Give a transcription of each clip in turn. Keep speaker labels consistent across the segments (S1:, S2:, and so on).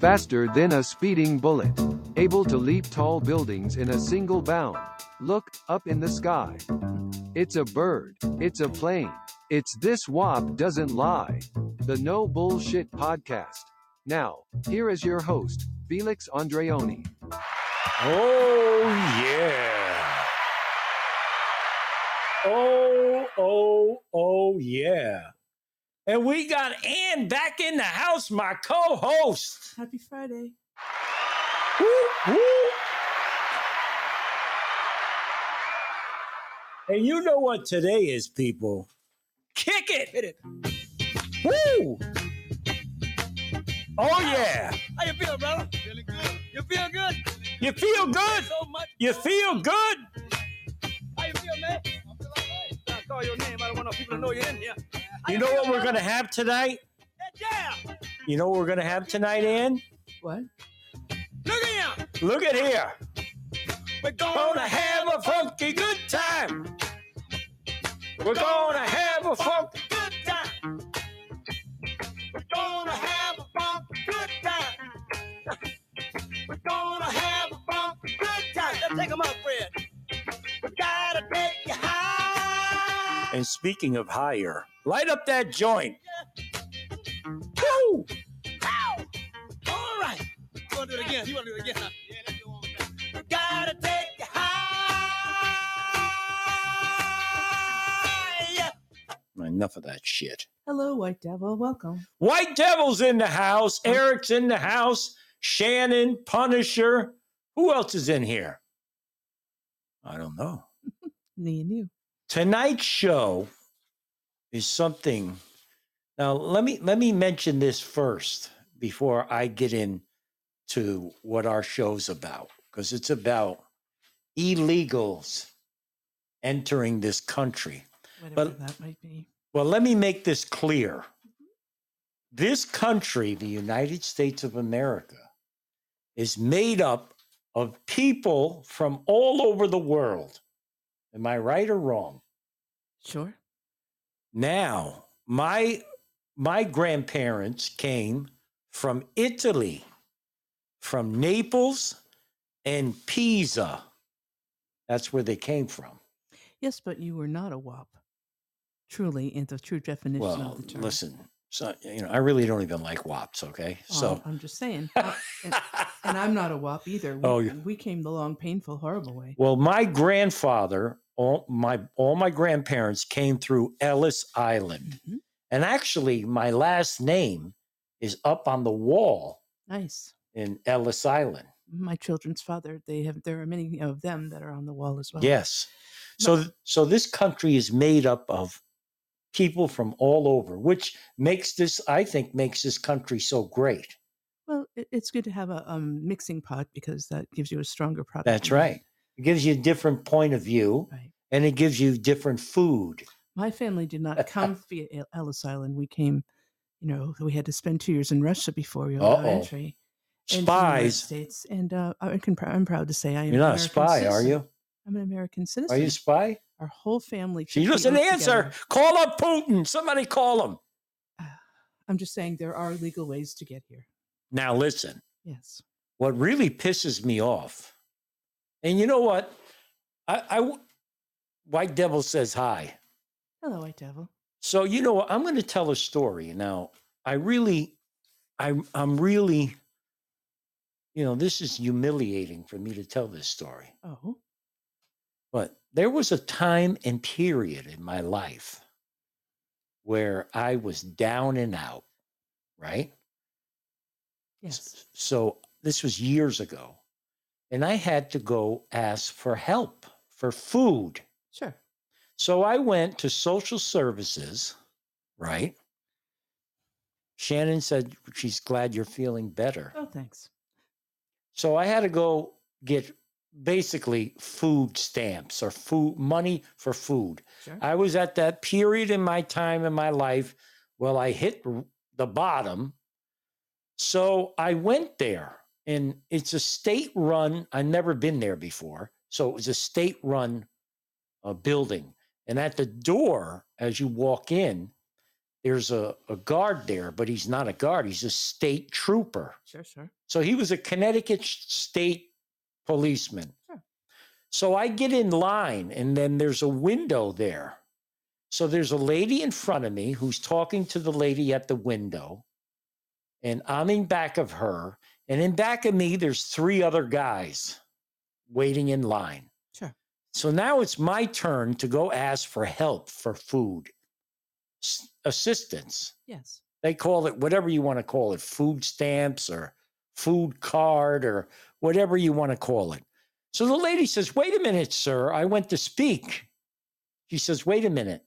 S1: Faster than a speeding bullet. Able to leap tall buildings in a single bound. Look, up in the sky. It's a bird. It's a plane. It's this WAP doesn't lie. The No Bullshit Podcast. Now, here is your host, Felix Andreoni.
S2: Oh, yeah. Oh, oh, oh, yeah. And we got Ann back in the house, my co host.
S3: Happy Friday.
S2: And you know what today is, people. Kick it.
S3: Hit it.
S2: Woo! Oh, yeah.
S3: How you feel, brother? Feeling good. You feel good?
S2: You feel good.
S3: So much.
S2: You feel good.
S3: How you feel, man? I'm feeling alright. I call your name. I don't want no people to know you're in here. How
S2: You know
S3: feel,
S2: what we're
S3: brother?
S2: going to have tonight?
S3: Yeah.
S2: You know what we're going to have tonight, Ann?
S3: What?
S2: Look at him. Look at here.
S3: We're going
S2: Gonna
S3: to
S2: have a funky good time. We're gonna have a funky
S3: good time. We're gonna have a funk good time. We're gonna have a funk good time. Now take 'em up, Fred. We gotta take you high.
S2: And speaking of higher, light up that joint. Woo!
S3: Ow! All right. You want to do it again? You want to do it again? Huh? Yeah, let's do it one more time. We gotta take you high.
S2: Enough of that shit.
S4: Hello, White Devil. Welcome.
S2: White Devil's in the house. Eric's in the house. Shannon, Punisher. Who else is in here? I don't know.
S4: Me and you.
S2: tonight's show is something now let me let me mention this first before i get into what our show's about because it's about illegals entering this country
S4: Whatever
S2: But-
S4: that might be.
S2: well, let me make this clear. This country, the United States of America, is made up of people from all over the world. Am I right or wrong?
S4: Sure.
S2: Now, my my grandparents came from Italy, from Naples and Pisa. That's where they came from.
S4: Yes, but you were not a wop. Truly, in the true definition
S2: Well,
S4: of the term.
S2: listen, so, you know, I really don't even like WAPs, okay?
S4: Well,
S2: So
S4: Uh, I'm just saying. I- and, and I'm not a wop either. We,
S2: Oh, yeah.
S4: we came the long, painful, horrible way.
S2: Well, my grandfather, all my all my grandparents came through Ellis Island.
S4: Mhm.
S2: And actually my last name is up on the wall
S4: Nice.
S2: in Ellis Island.
S4: My children's father. They have. There are many of them that are on the wall as well.
S2: Yes. So th- so this country is made up of people from all over, which makes this I think makes this country so great.
S4: Well, it, it's good to have a um, mixing pot because that gives you a stronger product.
S2: That's
S4: in the
S2: right. It gives you a different point of view
S4: end. Right.
S2: and it gives you different food.
S4: My family did not come via El- Ellis Island. We came, you know, we had to spend two years in Russia before we allowed
S2: Uh-oh.
S4: entry. into the United
S2: Spies.
S4: States, and uh, I can, prou- I'm proud to say I am.
S2: You're
S4: an
S2: not a
S4: American
S2: spy, are
S4: citizen.
S2: you?
S4: I'm an American
S2: Are
S4: citizen.
S2: you a spy?
S4: Our whole family.
S2: She
S4: took the
S2: doesn't
S4: oath
S2: answer.
S4: together.
S2: Call up Putin. Somebody call him.
S4: I'm just saying there are legal ways to get here.
S2: Now, listen,
S4: Yes.
S2: what really pisses me off, and you know what? I, I w- White Devil says hi.
S4: Hello, White Devil.
S2: So, you know what? I'm going to tell a story. Now, I really, I, I'm really, you know, this is humiliating for me to tell this story.
S4: Oh,
S2: But there was a time and period in my life where I was down and out, right?
S4: yes.
S2: So this was years ago. And I had to go ask for help for food.
S4: Sure.
S2: So I went to social services, right? Shannon said she's glad you're feeling better.
S4: Oh, thanks.
S2: So I had to go get basically food stamps or food money for food.
S4: Sure.
S2: I was at that period in my time in my life. Well, I hit r- the bottom. So I went there, and it's a state run. I'd never been there before. So it was a state run uh, building. And at the door, as you walk in, there's a, a guard there, but he's not a guard. He's a state trooper.
S4: Sure, sure.
S2: So he was a Connecticut sh- state policeman.
S4: Sure.
S2: So I get in line, and then there's a window there. So there's a lady in front of me who's talking to the lady at the window, and I'm in back of her. And in back of me, there's three other guys waiting in line.
S4: Sure.
S2: So now it's my turn to go ask for help for food s- assistance
S4: Yes.
S2: they call it whatever you want to call it food stamps or food card or whatever you want to call it so the lady says wait a minute sir i went to speak she says wait a minute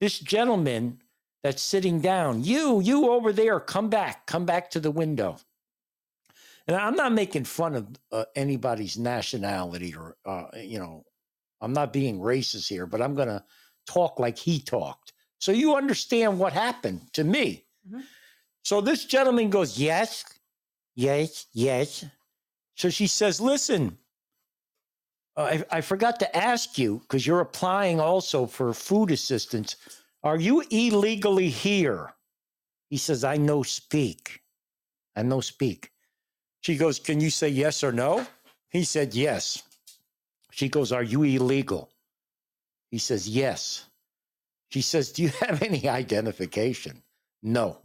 S2: this gentleman that's sitting down you you over there come back come back to the window and i'm not making fun of uh, anybody's nationality or uh, you know i'm not being racist here but i'm going to talk like he talked so you understand what happened to me so this gentleman goes, Yes, yes, yes. So she says, Listen, uh, I, I forgot to ask you because you're applying also for food assistance. Are you illegally here? He says, I no speak. I no speak. She goes, Can you say yes or no? He said, Yes. She goes, Are you illegal? He says, Yes. She says, Do you have any identification? No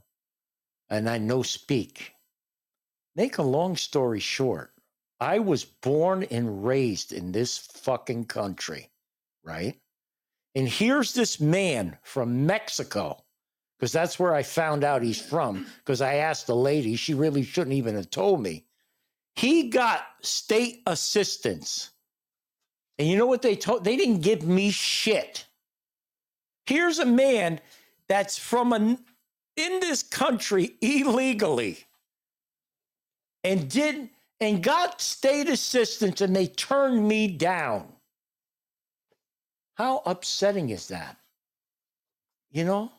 S2: and I no speak. Make a long story short, I was born and raised in this fucking country, right? And here's this man from Mexico, because that's where I found out he's from, because I asked the lady, she really shouldn't even have told me. He got state assistance. And you know what they told? They didn't give me shit. Here's a man that's from an in this country illegally and did and got state assistance and they turned me down. How upsetting is that? You know?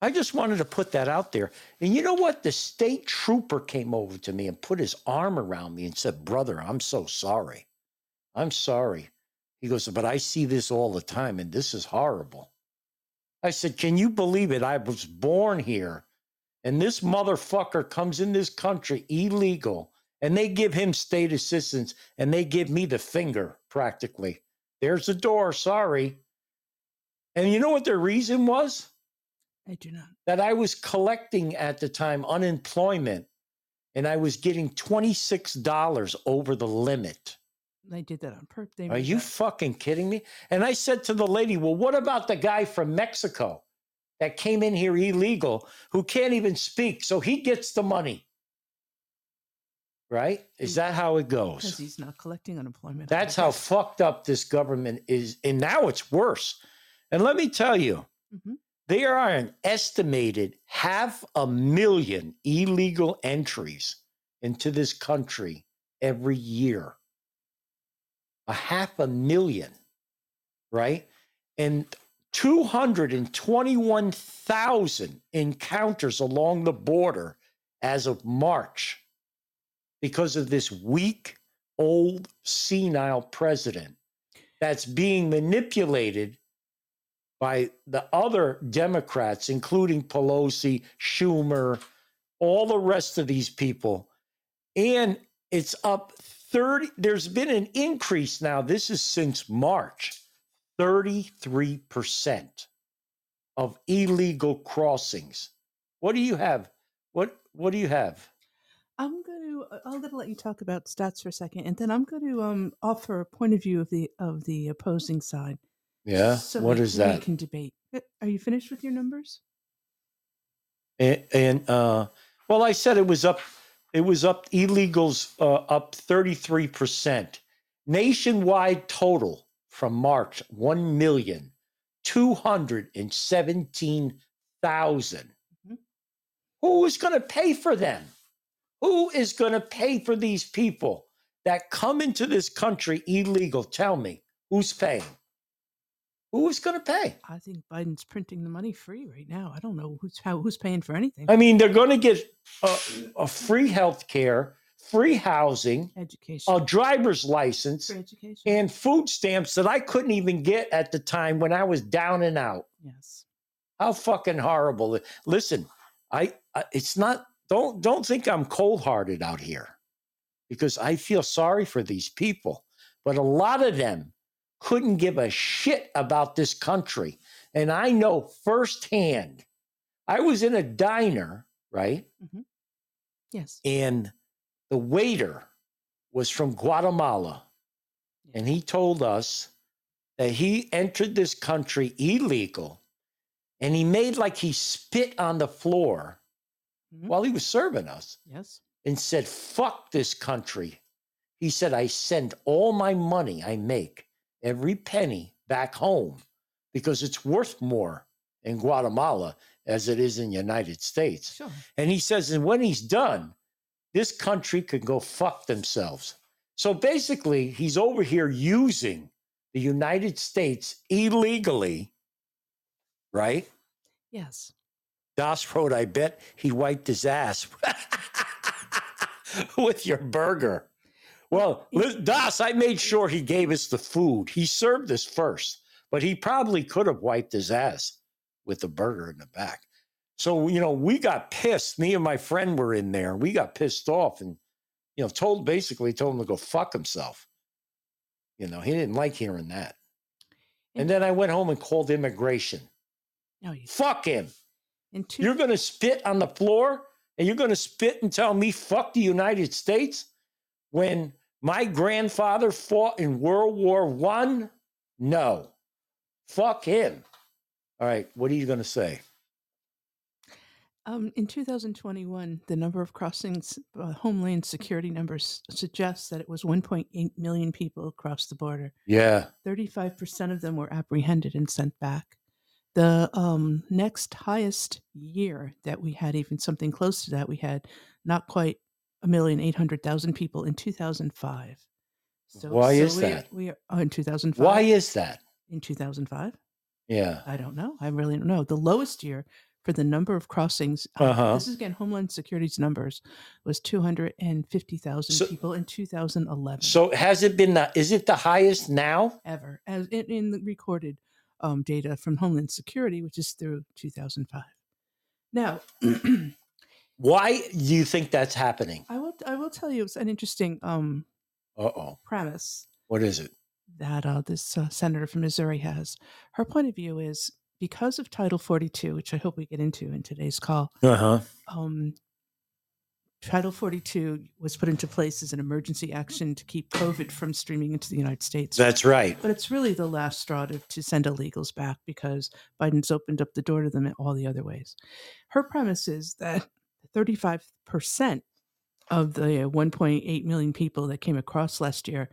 S2: I just wanted to put that out there. And you know what? The state trooper came over to me and put his arm around me and said, Brother, I'm so sorry. I'm sorry. He goes, But I see this all the time and this is horrible. I said, Can you believe it? I was born here. And this motherfucker comes in this country illegal and they give him state assistance and they give me the finger practically. There's the door. Sorry. And you know what their reason was?
S4: I do not.
S2: That I was collecting at the time unemployment and I was getting $26 over the limit.
S4: They did that on purpose. They
S2: Are
S4: made
S2: you
S4: that-
S2: fucking kidding me? And I said to the lady, Well, what about the guy from Mexico that came in here illegal who can't even speak? So he gets the money. Right? Is that how it
S4: because
S2: goes?
S4: he's not collecting unemployment.
S2: That's how fucked up this government is. And now it's worse. And let me tell you,
S4: hmm
S2: there are an estimated half a million illegal entries into this country every year. A half a million, right? And 221,000 encounters along the border as of March because of this weak, old, senile president that's being manipulated by the other Democrats, including Pelosi, Schumer, all the rest of these people. And it's up 30. There's been an increase now. This is since March 33% of illegal crossings. What do you have? What what do you have?
S4: I'm going to. I'm going to let you talk about stats for a second, and then I'm going to um, offer a point of view of the of the opposing side.
S2: Yeah.
S4: So
S2: what
S4: that
S2: is that?
S4: We can debate. Uh, Are you finished with your numbers?
S2: and, and uh, well, I said it was up. It was up. Illegals uh, up thirty three percent nationwide total from March one million two hundred and seventeen thousand.
S4: Mhm.
S2: Who is going to pay for them? Who is going to pay for these people that come into this country illegal? Tell me, who's paying? Who is going to pay?
S4: I think Biden's printing the money free right now. I don't know who's how who's paying for anything.
S2: I mean, they're going to get a, a free health care, free housing,
S4: education.
S2: a driver's license,
S4: for education.
S2: and food stamps that I couldn't even get at the time when I was down and out.
S4: yes.
S2: How fucking horrible! Listen, I, I it's not. Don't don't think I'm cold hearted out here, because I feel sorry for these people. But a lot of them couldn't give a shit about this country, and I know firsthand. I was in a diner, right,
S4: Yes.
S2: and the waiter was from Guatemala, and he told us that he entered this country illegal and he made like he spit on the floor
S4: Mhm.
S2: while he was serving us
S4: Yes.
S2: and said, Fuck this country. He said, I send all my money I make, every penny back home because it's worth more in Guatemala as it is in the United States.
S4: Sure.
S2: And he says, and when he's done, this country could go fuck themselves. So basically, he's over here using the United States illegally, right?
S4: Yes.
S2: Das Road, I bet he wiped his ass with your burger. Well, li- Das, I made sure he gave us the food. He served us first, but he probably could have wiped his ass with the burger in the back. So, you know, we got pissed. Me and my friend were in there. We got pissed off and, you know, told basically told him to go fuck himself. You know, he didn't like hearing that. And then I went home and called immigration.
S4: No, you.
S2: Fuck him.
S4: Oh, In two.
S2: You're going to spit on the floor and you're going to spit and tell me, fuck the United States when my grandfather fought in World War One? No. Fuck him. All right. What are you going to say?
S4: Um, in 2021, the number of crossings, uh, Homeland Security numbers suggests that it was 1.8 million people across the border.
S2: Yeah.
S4: 35% of them were apprehended and sent back. The um, next highest year that we had, even something close to that, we had not quite a million eight hundred thousand people in 2005. So
S2: Why
S4: so
S2: is
S4: we,
S2: that?
S4: We are oh, in 2005.
S2: Why is that?
S4: in 2005?
S2: Yeah.
S4: I don't know. I really don't know. The lowest year for the number of crossings. uh,
S2: Uh-huh.
S4: This is again Homeland Security's numbers was 250,000
S2: So-
S4: people in 2011
S2: So has it been the, is it the highest now?
S4: ever, as in, in the recorded um, data from Homeland Security, which is through 2005. Now,
S2: Why do you think that's happening?
S4: I will I will tell you it's an interesting um,
S2: Uh oh.
S4: premise
S2: What is it?
S4: that uh, this uh, senator from Missouri has. Her point of view is because of Title 42, which I hope we get into in today's call.
S2: Uh huh.
S4: um, Title 42 was put into place as an emergency action to keep COVID from streaming into the United States.
S2: That's right.
S4: but it's really the last straw to, to send illegals back because Biden's opened up the door to them in all the other ways. Her premise is that 35% of the uh, 1.8 million people that came across last year,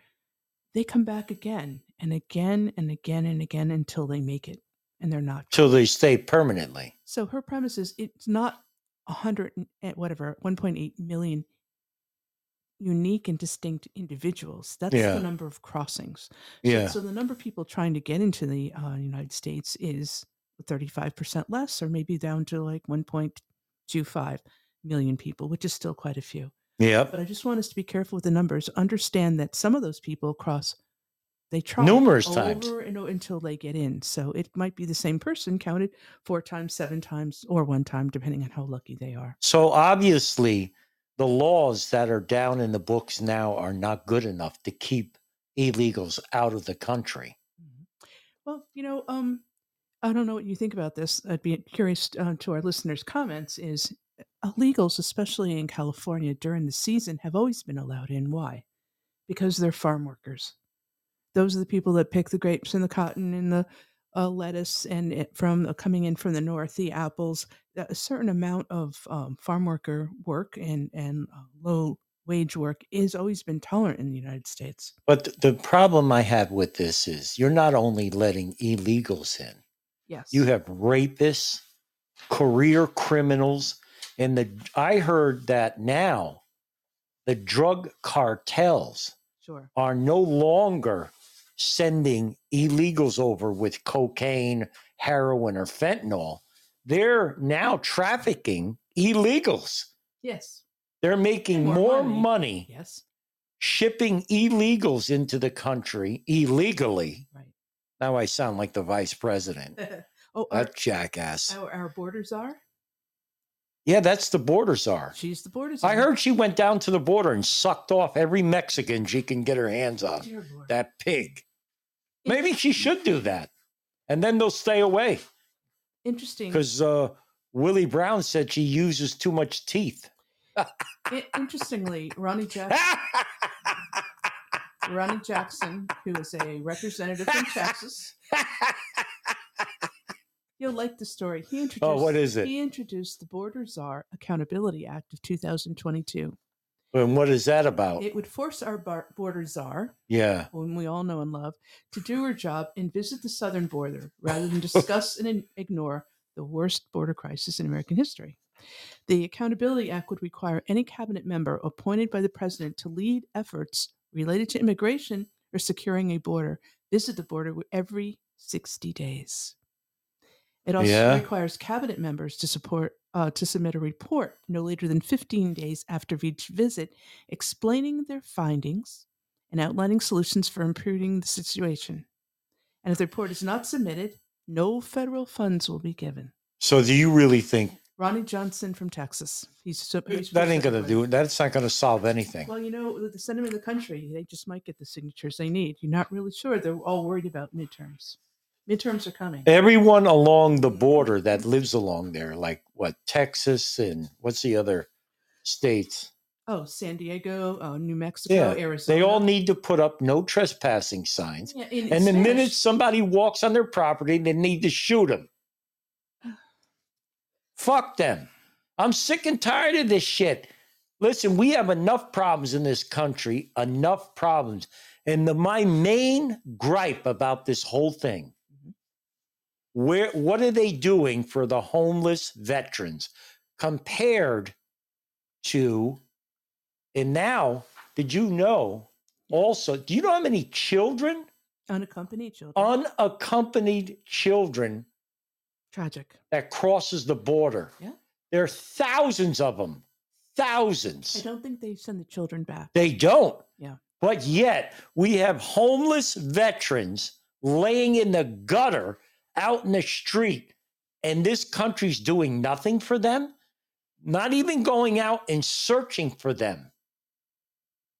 S4: they come back again and again and again and again until they make it. And they're not.
S2: Till they stay permanently.
S4: So her premise is it's not a hundred and and whatever, one point eight million unique and distinct individuals. That's
S2: Yeah.
S4: the number of crossings. So-
S2: Yeah.
S4: So, the number of people trying to get into the uh, United States is thirty five percent less, or maybe down to like one point two five million people, which is still quite a few.
S2: Yep.
S4: But I just want us to be careful with the numbers. Understand that some of those people cross. They try
S2: Numerous
S4: over
S2: times.
S4: and o- until they get in. So it might be the same person counted four times, seven times, or one time, depending on how lucky they are.
S2: So obviously, the laws that are down in the books now are not good enough to keep illegals out of the country.
S4: Well, you know, um, I don't know what you think about this. I'd be curious uh, to our listeners' comments. Is uh, illegals, especially in California during the season, have always been allowed in? Why? Because they're farm workers. Those are the people that pick the grapes and the cotton and the uh, lettuce and it from uh, coming in from the north, the apples. A certain amount of um, farm worker work and and uh, low wage work is always been tolerant in the United States.
S2: But th- the problem I have with this is you're not only letting illegals in,
S4: Yes,
S2: you have rapists, career criminals, and the I heard that now the drug cartels
S4: sure.
S2: are no longer sending illegals over with cocaine, heroin, or fentanyl. They're now trafficking illegals.
S4: Yes,
S2: They're making
S4: More
S2: more,
S4: money.
S2: money
S4: yes,
S2: shipping illegals into the country illegally.
S4: right.
S2: Now I sound like the vice president.
S4: Oh, our,
S2: That jackass.
S4: our, our borders are?
S2: Yeah, that's the border czar.
S4: She's the borders.
S2: I heard she went down to the border and sucked off every Mexican she can get her hands on.
S4: Dear Lord.
S2: That pig. Maybe she should do that. And then they'll stay away
S4: Interesting.
S2: because uh, Willie Brown said she uses too much teeth.
S4: I- interestingly, Ronnie Jackson, Ronnie Jackson, who is a representative from Texas, you'll like the story. He introduced.
S2: oh, what is it?
S4: He introduced the Border Czar Accountability Act of 2022.
S2: And what is that about?
S4: It would force our bar- border czar,
S2: yeah.
S4: whom we all know and love, to do her job and visit the southern border rather than discuss and in- ignore the worst border crisis in American history. The Accountability Act would require any cabinet member appointed by the president to lead efforts related to immigration or securing a border visit the border wi- every 60 days. It also
S2: Yeah.
S4: requires cabinet members to support uh, to submit a report no later than 15 days after each visit, explaining their findings and outlining solutions for improving the situation. And if the report is not submitted, no federal funds will be given.
S2: So do you really think
S4: Ronnie Johnson from Texas. He's so he's
S2: that ain't
S4: researching
S2: going to
S4: on-
S2: do it? That's not going to solve anything.
S4: Well, you know, with the sentiment of the country, they just might get the signatures they need. You're not really sure. They're all worried about midterms. Midterms are coming.
S2: Everyone along the border that lives along there, like what, Texas and what's the other states?
S4: Oh, San Diego, uh, New Mexico,
S2: Yeah,
S4: Arizona.
S2: They all need to put up no trespassing signs.
S4: Yeah, in
S2: And the
S4: Spanish.
S2: minute somebody walks on their property, they need to shoot them. Fuck them. I'm sick and tired of this shit. Listen, we have enough problems in this country, enough problems. And the, my main gripe about this whole thing where what are they doing for the homeless veterans compared to and now did you know also do you know how many children
S4: unaccompanied
S2: Oh.
S4: children.
S2: unaccompanied children
S4: Tragic.
S2: that crosses the border.
S4: Yeah.
S2: There are thousands of them.
S4: I
S2: Thousands.
S4: don't think they send the children back.
S2: They don't.
S4: Yeah.
S2: But yet we have homeless veterans laying in the gutter out in the street and this country's doing nothing for them, not even going out and searching for them.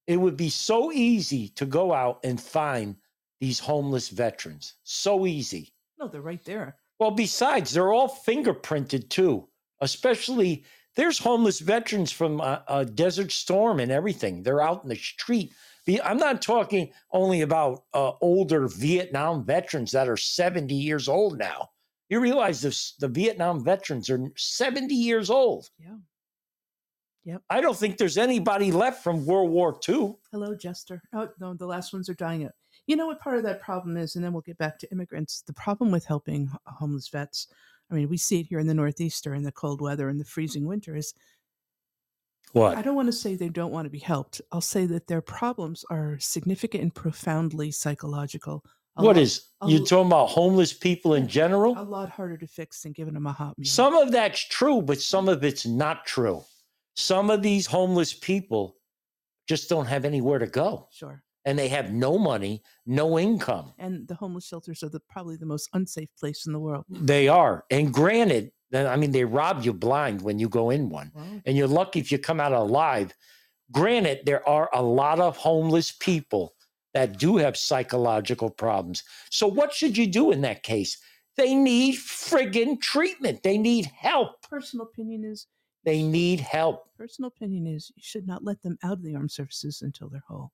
S2: It would be so easy to go out and find these homeless veterans. So easy.
S4: No, they're right there.
S2: Well, besides, they're all fingerprinted too. Especially there's homeless veterans from uh, uh, Desert Storm and everything. They're out in the street. Be- I'm not talking only about uh, older Vietnam veterans that are 70 years old now. You realize this, the Vietnam veterans are 70 years old.
S4: Yeah. Yep.
S2: I don't think there's anybody left from World War II.
S4: Hello, Jester. Oh, no, the last ones are dying out. You know what part of that problem is, and then we'll get back to immigrants. The problem with helping h- uh, homeless vets, I mean, we see it here in the Northeast during the cold weather and the freezing winter, is I
S2: What?
S4: don't want to say they don't want to be helped. I'll say that their problems are significant and profoundly psychological. A
S2: What
S4: lot-
S2: is?
S4: a
S2: You're
S4: l-
S2: talking about homeless people in general?
S4: a lot harder to fix than giving them a hot meal?
S2: Some of that's true, but some of it's not true. Some of these homeless people just don't have anywhere to go
S4: sure.
S2: and they have no money, no income.
S4: And the homeless shelters are the probably the most unsafe place in the world.
S2: They are. And granted, that- I mean, they rob you blind when you go in one,
S4: Wow.
S2: and you're lucky if you come out alive. Granted, there are a lot of homeless people that do have psychological problems. So, what should you do in that case? They need friggin' treatment. They need help.
S4: Personal opinion is
S2: They need help.
S4: personal opinion is you should not let them out of the armed services until they're whole.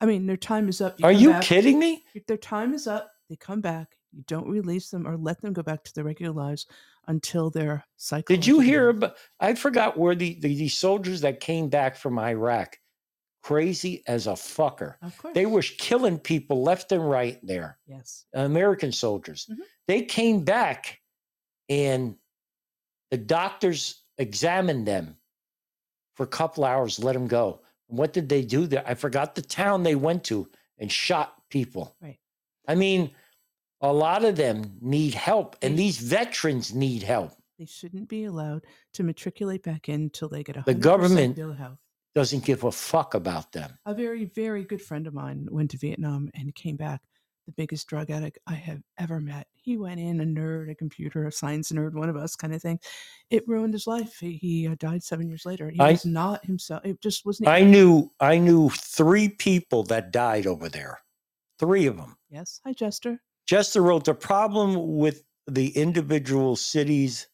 S4: I mean, their time is up.
S2: Are
S4: come
S2: you
S4: back-
S2: kidding me?
S4: if Their time is up. They come back. You don't release them or let them go back to their regular lives until they're psychological.
S2: Did you hear about? I forgot where the, the the soldiers that came back from Iraq, crazy as a fucker.
S4: Of course.
S2: They were killing people left and right there.
S4: Yes.
S2: American soldiers.
S4: Mhm.
S2: They came back, and the doctors examined them for a couple hours, let them go. What did they do there? I forgot the town they went to and shot people.
S4: Right.
S2: I mean, a lot of them need help, and
S4: They-
S2: these veterans need help.
S4: They shouldn't be allowed to matriculate back in until they get a
S2: The government-
S4: ill health.
S2: Doesn't give a fuck about them.
S4: A very very good friend of mine went to Vietnam and came back. the biggest drug addict I have ever met. He went in a nerd, a computer, a science nerd, one of us kind of thing. It ruined his life. He, he uh, died seven years later. He
S2: I-
S4: was not himself. It just wasn't.
S2: I knew I knew three people that died over there. Three of them.
S4: yes. Hi, Jester.
S2: Jester wrote the problem with the individual cities,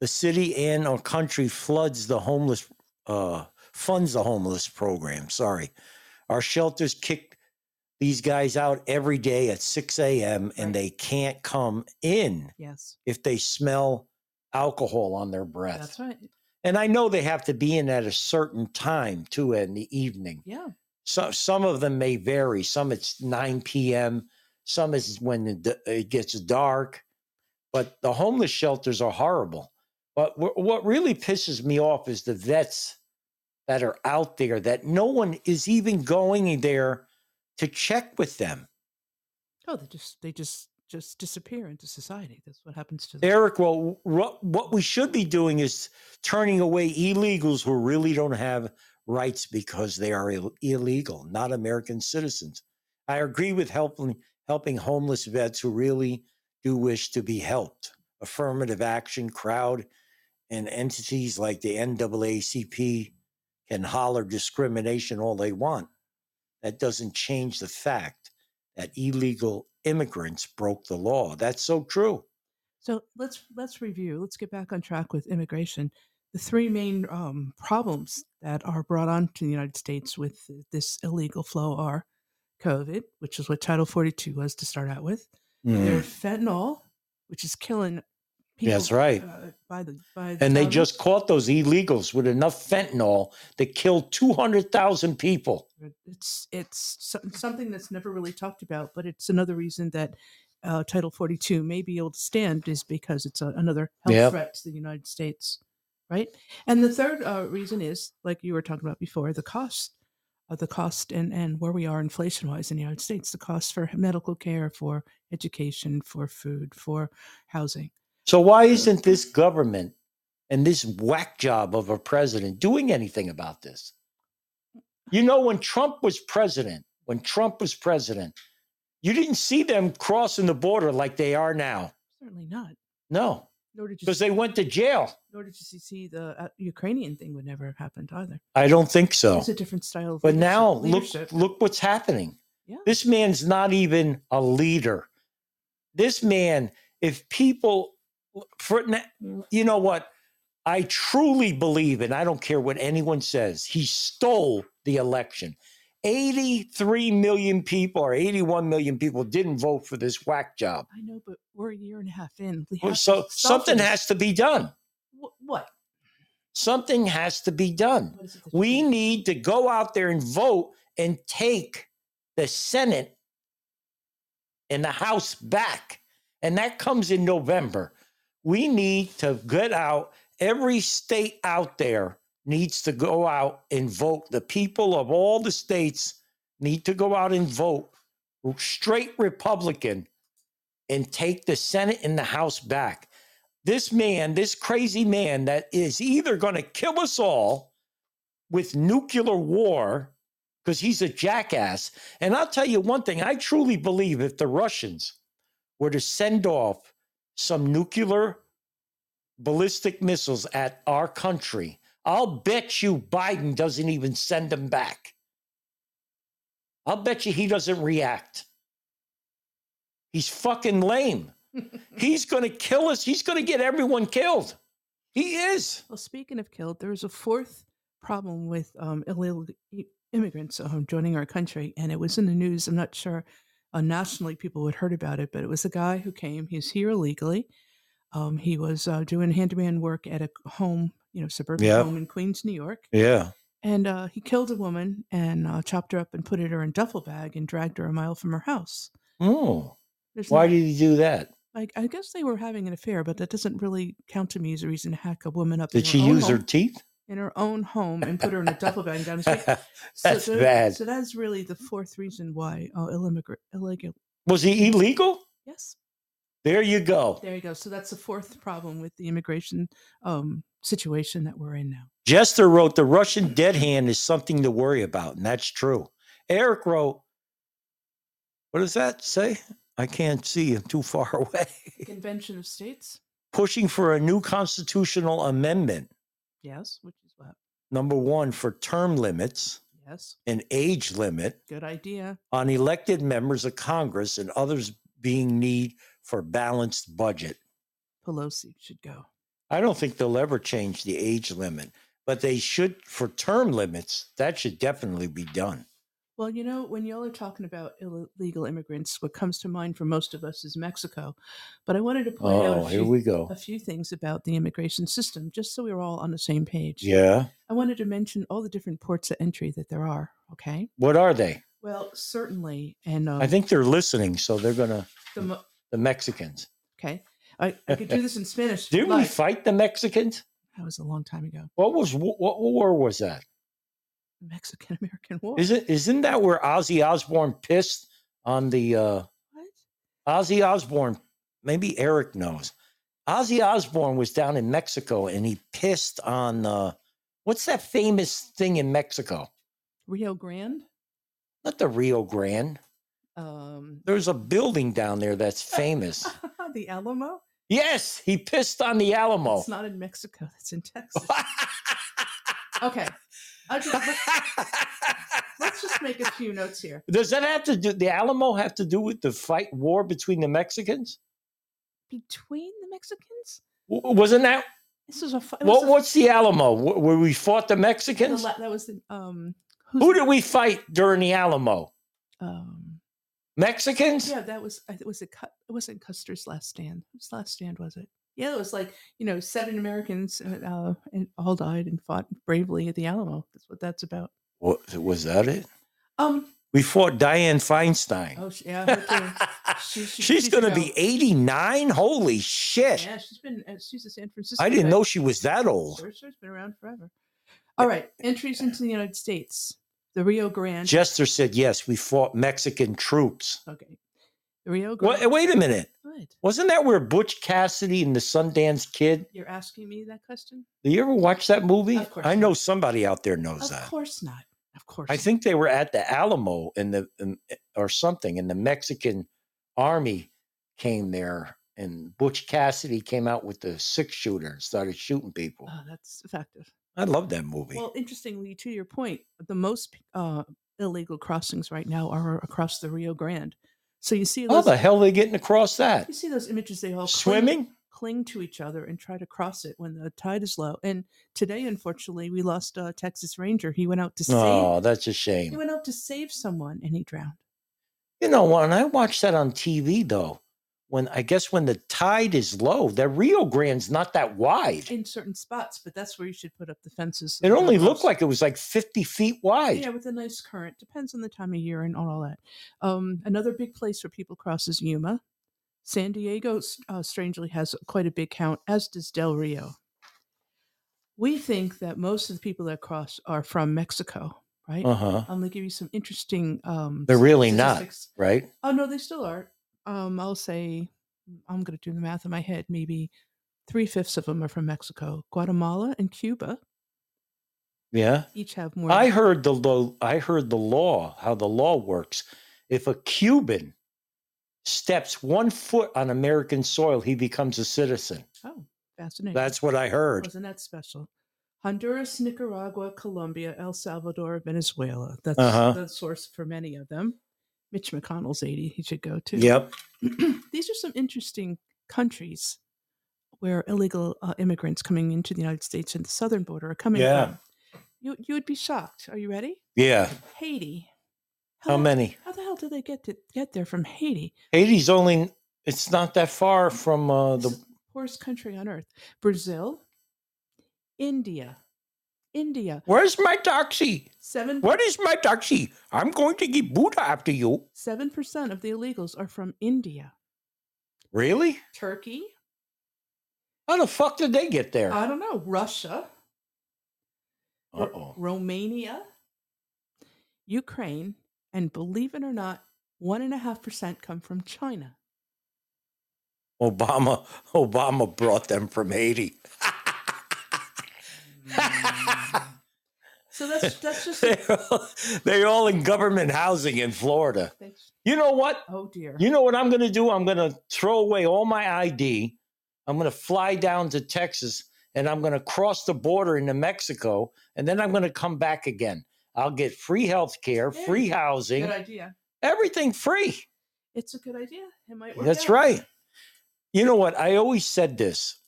S2: the city and or country floods the homeless, uh, funds the homeless program. Sorry, our shelters kick these guys out every day at 6 a.m.
S4: Right.
S2: and they can't come in
S4: Yes.
S2: if they smell alcohol on their breath.
S4: That's right.
S2: And I know they have to be in at a certain time too in the evening
S4: Yeah.
S2: so, some of them may vary. Some it's 9 p.m., some is when the, d- it gets dark. But the homeless shelters are horrible. But wh- what really pisses me off is the vets that are out there that no one is even going there to check with them.
S4: Oh, they just they just just disappear into society. That's what happens to them.
S2: Eric, well, what, what we should be doing is turning away illegals who really don't have rights because they are Ill- illegal, not American citizens. I agree with helping helping homeless vets who really do wish to be helped. Affirmative action crowd and entities like the NAACP can holler discrimination all they want. That doesn't change the fact that illegal immigrants broke the law. That's so true.
S4: So let's let's review. Let's get back on track with immigration. The three main um, problems that are brought on to the United States with this illegal flow are COVID, which is what Title 42 was to start out with. There's fentanyl, which is killing people.
S2: Mm. That's right.
S4: Uh, by the by the
S2: And they
S4: ton.
S2: just caught those illegals with enough fentanyl to kill 200,000 people.
S4: it's it's so- something that's never really talked about, but it's another reason that uh, Title 42 may be able to stand is because it's a, another health
S2: Yep.
S4: threat to the United States, right? And the third uh, reason is, like you were talking about before, the cost of the cost and and where we are inflation wise in the United States, the cost for medical care, for education, for food, for housing.
S2: So, why isn't this government and this whack job of a president doing anything about this? You know, when Trump was president, when Trump was president, you didn't see them crossing the border like they are now.
S4: Certainly not.
S2: No,
S4: Nor did you
S2: because they went to jail.
S4: nor did you see the uh, Ukrainian thing would never have happened either.
S2: I don't think so.
S4: It's a different style of
S2: But
S4: leadership-
S2: now look
S4: leadership.
S2: look what's happening.
S4: Yeah.
S2: This man's not even a leader. This man, if people for na- you know what, I truly believe, and I don't care what anyone says, he stole the election. 83 million people or 81 million people didn't vote for this whack job.
S4: I know, but we're a year and a half in. We have
S2: So
S4: to stop
S2: something
S4: this.
S2: has to be done.
S4: Wh- what?
S2: Something has to be done.
S4: What is it that you
S2: We
S4: think?
S2: need to go out there and vote and take the Senate and the House back. And that comes in November. We need to get out. Every state out there needs to go out and vote. The people of all the states need to go out and vote straight Republican and take the Senate and the House back. This man, this crazy man that is either going to kill us all with nuclear war because he's a jackass. And I'll tell you one thing I truly believe if the Russians were to send off some nuclear ballistic missiles at our country, I'll bet you Biden doesn't even send them back. I'll bet you he doesn't react. He's fucking lame. He's going to kill us. He's going to get everyone killed. He is.
S4: Well, speaking of killed, there is a fourth problem with um, illegal i- immigrants um, joining our country, and it was in the news. I'm not sure uh, nationally people had heard about it, but it was a guy who came. He's here illegally. Um, he was uh, doing handyman work at a home, you know, suburban
S2: Yeah.
S4: home in Queens, New York.
S2: Yeah.
S4: and uh, he killed a woman and uh, chopped her up and put her in a duffel bag and dragged her a mile from her house.
S2: Oh.
S4: There's
S2: Why
S4: no-
S2: did he do that?
S4: like, I guess they were having an affair, but that doesn't really count to me as a reason to hack a woman up.
S2: Did
S4: in
S2: she
S4: own
S2: use her
S4: home-
S2: teeth?
S4: in her own home and put her in a duffel bag and down the street?
S2: That's
S4: so, there-
S2: bad.
S4: So that's really the fourth reason why uh, illimigr- illegal.
S2: Was he illegal?
S4: Yes,
S2: There you go.
S4: there you go. So that's the fourth problem with the immigration um, situation that we're in now.
S2: Jester wrote, The Russian dead hand is something to worry about. And that's true. Eric wrote, What does that say? I can't see. I'm too far away.
S4: Convention of States.
S2: Pushing for a new constitutional amendment,
S4: Yes, which is what.
S2: number one, for term limits
S4: Yes,
S2: and age limit
S4: good idea.
S2: on elected members of Congress and others being need for balanced budget.
S4: Pelosi should go.
S2: I don't think they'll ever change the age limit, but they should for term limits. That should definitely be done.
S4: Well, you know, when y'all are talking about illegal immigrants, what comes to mind for most of us is Mexico. But I wanted to point out
S2: Oh,
S4: a
S2: here
S4: few,
S2: we go.
S4: a few things about the immigration system, just so we were all on the same page.
S2: Yeah.
S4: I wanted to mention all the different ports of entry that there are. Okay.
S2: What are they?
S4: Well, certainly, and um,
S2: I think they're listening, so they're gonna
S4: the mo-
S2: the Mexicans.
S4: okay. I, I could do this in Spanish. if you'd
S2: Didn't we
S4: like.
S2: fight the Mexicans?
S4: that was a long time ago.
S2: What was wh- what war was that?
S4: The Mexican American War.
S2: Isn't isn't that where Ozzy Osbourne pissed on the uh
S4: what?
S2: Ozzy Osbourne? Maybe Eric knows. Ozzy Osbourne was down in Mexico and he pissed on uh what's that famous thing in Mexico?
S4: Rio Grande.
S2: Not the Rio Grande.
S4: Um,
S2: There's a building down there that's
S4: Uh,
S2: famous.
S4: the Alamo.
S2: yes, he pissed on the Alamo.
S4: It's not in Mexico. That's in Texas. Okay. I'll just, let's- let's just make a few notes here.
S2: Does that have to do the Alamo have to do with the fight war between the Mexicans?
S4: Between the Mexicans,
S2: W- wasn't that
S4: this is a fu- it was
S2: what?
S4: a-
S2: What's the Alamo? Wh- Where we fought the
S4: the
S2: Mexicans?
S4: la- that was the um. who's
S2: Who
S4: the-
S2: did we fight during the Alamo?
S4: Um,
S2: Mexicans?
S4: yeah, that was. I think It was a cut. It wasn't Custer's last stand. Whose last stand was it? Yeah, it was like you know seven Americans uh, and all died and fought bravely at the Alamo. That's what that's about.
S2: Wa- was that it?
S4: Um.
S2: We fought Diane Feinstein.
S4: Oh sh- yeah. her too. She- she-
S2: she's going to
S4: go.
S2: be 89. Holy shit.
S4: Yeah, she's been. uh, She's a San Francisco.
S2: I didn't
S4: guy.
S2: know she was that old. Eh,
S4: Sure, sure, it's been around forever. All right, entries into the United States. The Rio Grande.
S2: Jester said, yes, we fought Mexican troops.
S4: okay. The Rio Grande.
S2: eh, Wait, wait a minute.
S4: Good.
S2: Wasn't that where Butch Cassidy and the Sundance Kid?
S4: You're asking me that question?
S2: Did you ever watch that movie?
S4: Of course
S2: I
S4: not.
S2: know somebody out there knows
S4: Of
S2: that.
S4: course not. Of course.
S2: I
S4: not.
S2: think they were at the Alamo in the in, eh, or something, and the Mexican army came there, and Butch Cassidy came out with the six shooter and started shooting people.
S4: Oh, that's effective.
S2: I love that movie.
S4: Well, interestingly, to your point, the most uh, illegal crossings right now are across the Rio Grande. So you see
S2: How
S4: those.
S2: the hell they getting across that?
S4: you see those images. They all cling-
S2: Swimming?
S4: cling to each other and try to cross it when the tide is low. And today, unfortunately, we lost a Texas Ranger. He went out to
S2: Oh, that's a
S4: save. He
S2: shame.
S4: went out to save someone, and he drowned.
S2: You know, when I watched that on TV though, when I guess when the tide is low, the Rio Grande's not that wide.
S4: in certain spots, but that's where you should put up the fences. so
S2: It
S4: they don't
S2: only looked
S4: cross.
S2: like it was like 50 feet wide.
S4: yeah, with a nice current. Depends on the time of year and on all that. Um, another big place where people cross is Yuma. San Diego, s- uh, strangely, has quite a big count, as does Del Rio. We think that most of the people that cross are from Mexico, right?
S2: Uh huh.
S4: I'm going to give you some interesting. Um,
S2: They're really not.
S4: statistics.
S2: Right?
S4: Oh no, they still are. Um, I'll say, I'm going to do the math in my head. Maybe three fifths of them are from Mexico, Guatemala, and Cuba.
S2: Yeah.
S4: Each have more.
S2: I heard the law. I heard the law. How the law works. If a Cuban steps one foot on American soil, he becomes a citizen.
S4: oh, fascinating.
S2: That's what I heard.
S4: wasn't that special? Honduras, Nicaragua, Colombia, El Salvador, Venezuela. That's
S2: Uh-huh.
S4: the source for many of them. Mitch McConnell's 80. He should go too.
S2: Yep.
S4: These are some interesting countries where illegal uh, immigrants coming into the United States and the southern border are coming
S2: Yeah.
S4: from. You, you would be shocked. Are you ready?
S2: Yeah.
S4: Haiti.
S2: How
S4: the-
S2: many?
S4: How the hell did they get to get there from Haiti?
S2: Haiti's only. It's not that far from uh,
S4: This
S2: the.
S4: is the poorest country on earth. Brazil, India, India.
S2: Where's my taxi?
S4: Seven
S2: Where is my taxi? I'm going to get Buddha after you.
S4: Seven percent of the illegals are from India,
S2: Really?
S4: Turkey.
S2: How the fuck did they get there?
S4: I don't know Russia,
S2: Uh
S4: Ro-
S2: oh.
S4: Romania, Ukraine, and believe it or not, one and a half percent come from China.
S2: Obama. Obama brought them from Haiti.
S4: So that's that's just
S2: They're all, they're all in government housing in Florida.
S4: that's-
S2: You know what?
S4: oh dear.
S2: You know what I'm going to do? I'm going to throw away all my ID. I'm going to fly down to Texas and I'm going to cross the border into Mexico and then I'm going to come back again. I'll get free health care,
S4: Yeah.
S2: free
S4: good
S2: housing,
S4: idea.
S2: everything free.
S4: It's a good idea. It might work.
S2: That's
S4: out.
S2: right. You know what? I always said this.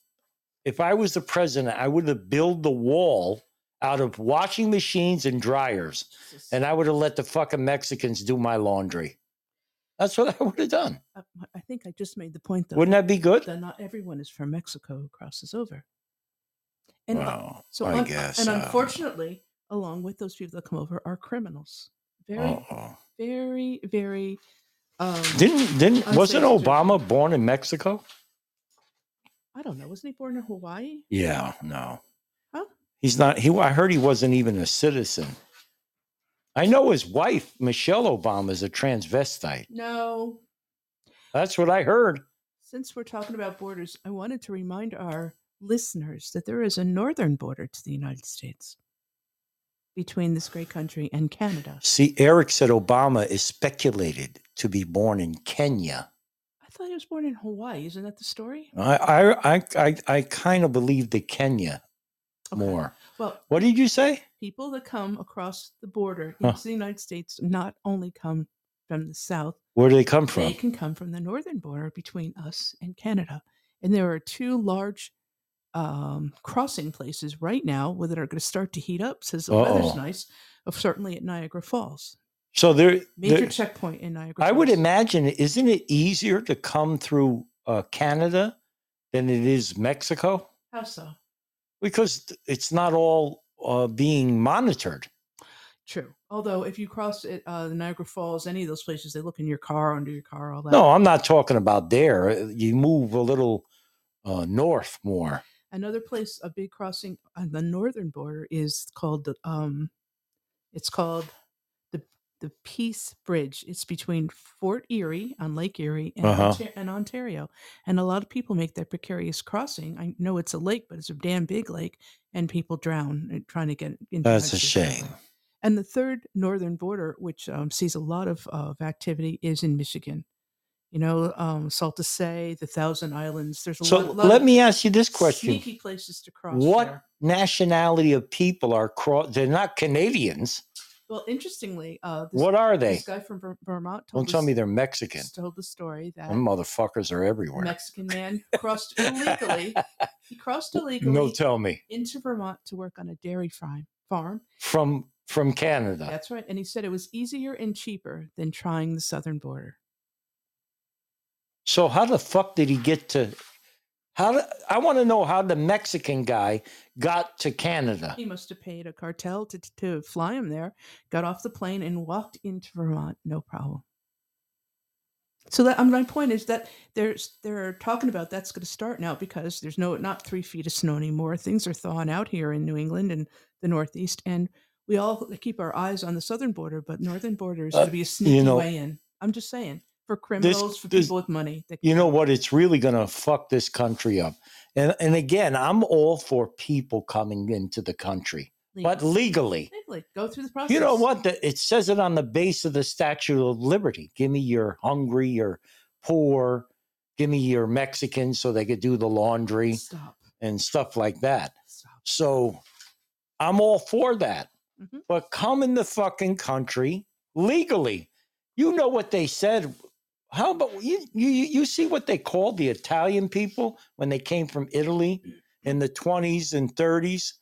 S2: If I was the president, I would have built the wall out of washing machines and dryers
S4: Jesus.
S2: and I would have let the fucking Mexicans do my laundry. That's what I would have done.
S4: Uh, I think I just made the point though.
S2: Wouldn't that be good?
S4: that not everyone is from Mexico who crosses over. And uh,
S2: Wow,
S4: so
S2: I
S4: un-
S2: guess,
S4: and
S2: uh,
S4: unfortunately, along with those people that come over are criminals. Very,
S2: Uh-oh.
S4: very, very. Um,
S2: Oh. Didn't didn't
S4: Unsafe
S2: wasn't
S4: situation.
S2: Obama born in Mexico?
S4: I don't know. Wasn't he born in Hawaii?
S2: Yeah, no.
S4: Huh?
S2: He's not he I heard he wasn't even a citizen. I know his wife, Michelle Obama, is a transvestite.
S4: No.
S2: That's what I heard.
S4: Since we're talking about borders, I wanted to remind our listeners that there is a northern border to the United States between this great country and Canada.
S2: See, Eric said Obama is speculated to be born in Kenya.
S4: I thought he was born in Hawaii. Isn't that the story?
S2: I I I I, I kind of believe the Kenya
S4: Okay.
S2: more.
S4: Well,
S2: What did you say?
S4: people that come across the border
S2: Huh.
S4: into the United States not only come from the south,
S2: Where do they come from?
S4: they can come from the northern border between us and Canada. And there are two large um, crossing places right now where that are going to start to heat up since the
S2: Uh-oh.
S4: weather's nice, of certainly at Niagara Falls.
S2: So there,
S4: Major
S2: there-
S4: checkpoint in Niagara
S2: I would
S4: Falls.
S2: imagine, isn't it easier to come through uh, Canada than it is Mexico?
S4: How so?
S2: Because th- it's not all uh, being monitored.
S4: True. Although if you cross it, uh, the Niagara Falls, any of those places, they look in your car, under your car, all that.
S2: No, I'm not talking about there. Uh, You move a little uh, north more.
S4: another place a big crossing on the northern border is called the um it's called the the peace bridge it's between fort erie on lake erie and,
S2: Uh-huh.
S4: Ontar- and ontario and a lot of people make that precarious crossing i know it's a lake but it's a damn big lake and people drown uh, trying to get into
S2: That's a
S4: Hudson.
S2: shame.
S4: and the third northern border which um, sees a lot of, of activity is in michigan you know um, salt to say the thousand islands there's a
S2: So
S4: lot, lot
S2: let
S4: of
S2: me ask you this question.
S4: sneaky places to cross
S2: what
S4: there.
S2: nationality of people are cross? They're not Canadians.
S4: Well, interestingly, uh, this,
S2: What are
S4: this
S2: they?
S4: guy from Ver- Vermont told
S2: Don't tell
S4: us-
S2: me they're Mexican.
S4: told the story that
S2: Them motherfuckers are
S4: a
S2: everywhere.
S4: Mexican man crossed illegally. He crossed illegally
S2: No, tell me
S4: into Vermont to work on a dairy farm. Farm.
S2: from from Canada.
S4: That's right. And he said it was easier and cheaper than trying the southern border.
S2: So how the fuck did he get to? How the- I want to know how the Mexican guy got to Canada.
S4: He must have paid a cartel to, to fly him there. Got off the plane and walked into Vermont, no problem. So that um, my point is that there's they're talking about that's going to start now because there's no not three feet of snow anymore. Things are thawing out here in New England and the Northeast, and we all keep our eyes on the southern border, but northern border is
S2: Uh,
S4: going to be a sneaky
S2: know-
S4: way in. I'm just saying for criminals, for
S2: this-
S4: people with money. That,
S2: You know what? It's really going to fuck this country up. And and again, I'm all for people coming into the country, but legally.
S4: legally go through the process.
S2: You know what? The, it says it on the base of the Statue of Liberty. Give me your hungry, your poor. Give me your Mexican so they could do the laundry
S4: Stop.
S2: and stuff like that.
S4: Stop.
S2: So I'm all for that.
S4: Mhm.
S2: But come in the fucking country legally. You know what they said. How about you, you? You see what they called the Italian people when they came from Italy in the 20s and 30s?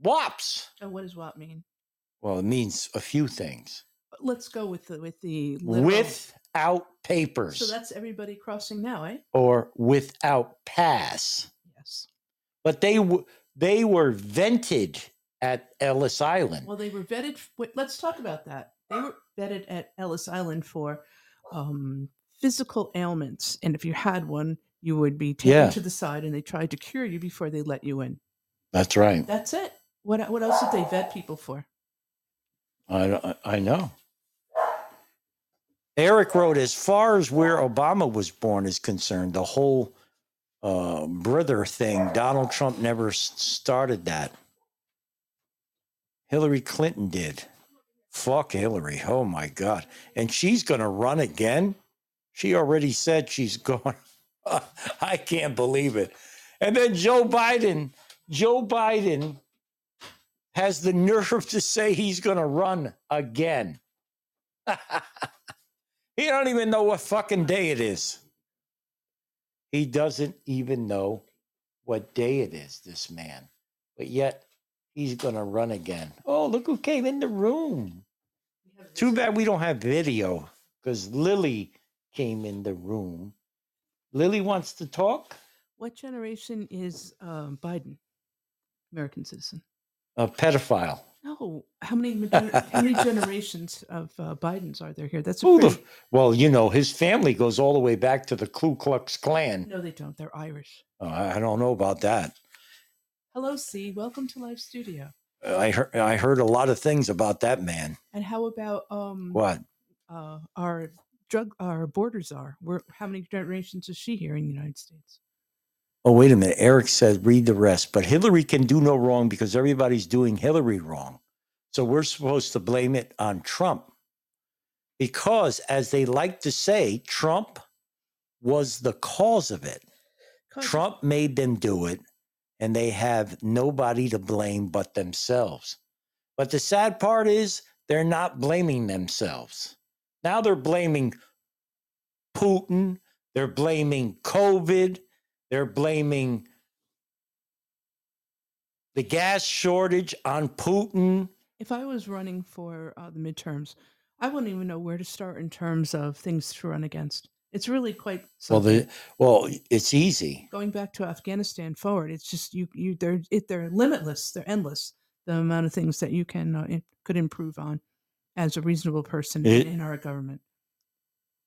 S2: Wops.
S4: And what does what mean?
S2: Well, it means a few things.
S4: Let's go with the with the literal-
S2: Without papers
S4: So that's everybody crossing now, eh?
S2: or without pass.
S4: Yes.
S2: But they w- they were vented at Ellis Island.
S4: Well, they were vetted. f- Wait, let's talk about that. They were vetted at Ellis Island for um, physical ailments, and if you had one, you would be taken
S2: Yeah.
S4: to the side, and they tried to cure you before they let you in.
S2: That's right.
S4: That's it. What what else did they vet people for?
S2: I I- I know. Eric wrote, as far as where Obama was born is concerned, the whole uh, brother thing. Donald Trump never s- started that. Hillary Clinton did. Fuck Hillary. Oh my God. And she's going to run again? She already said she's going. I can't believe it. And then Joe Biden, Joe Biden has the nerve to say he's going to run again. he don't even know what fucking day it is. He doesn't even know what day it is, this man. But yet he's going to run again. Oh, look who came in the room. Too bad we don't have video because Lily came in the room. Lily wants to talk.
S4: What generation is um, Biden? American citizen.
S2: A pedophile.
S4: No, how many gener- how many generations of uh, Bidens are there here? That's a
S2: Who the,
S4: pretty,
S2: f- well, you know, his family goes all the way back to the Ku Klux Klan.
S4: no, they don't. They're Irish.
S2: Oh, I I don't know about that.
S4: Hello, C. Welcome to Live Studio.
S2: I heard, I heard a lot of things about that man.
S4: And how about um
S2: What?
S4: uh, our drug our borders are? Where how many generations is she here in the United States?
S2: Oh, wait a minute. Eric said, read the rest. But Hillary can do no wrong because everybody's doing Hillary wrong. So we're supposed to blame it on Trump. Because, as they like to say, Trump was the cause of it. Trump made them do it, and they have nobody to blame but themselves. But the sad part is they're not blaming themselves. Now they're blaming Putin, they're blaming COVID, they're blaming the gas shortage on Putin.
S4: If I was running for uh, the midterms, I wouldn't even know where to start in terms of things to run against. It's really quite
S2: Well,
S4: something.
S2: the well, it's easy.
S4: going back to Afghanistan forward, it's just you you they're it, they're limitless, they're endless. The amount of things that you can uh, im- could improve on as a reasonable person in-
S2: It- Uh,
S4: in our government.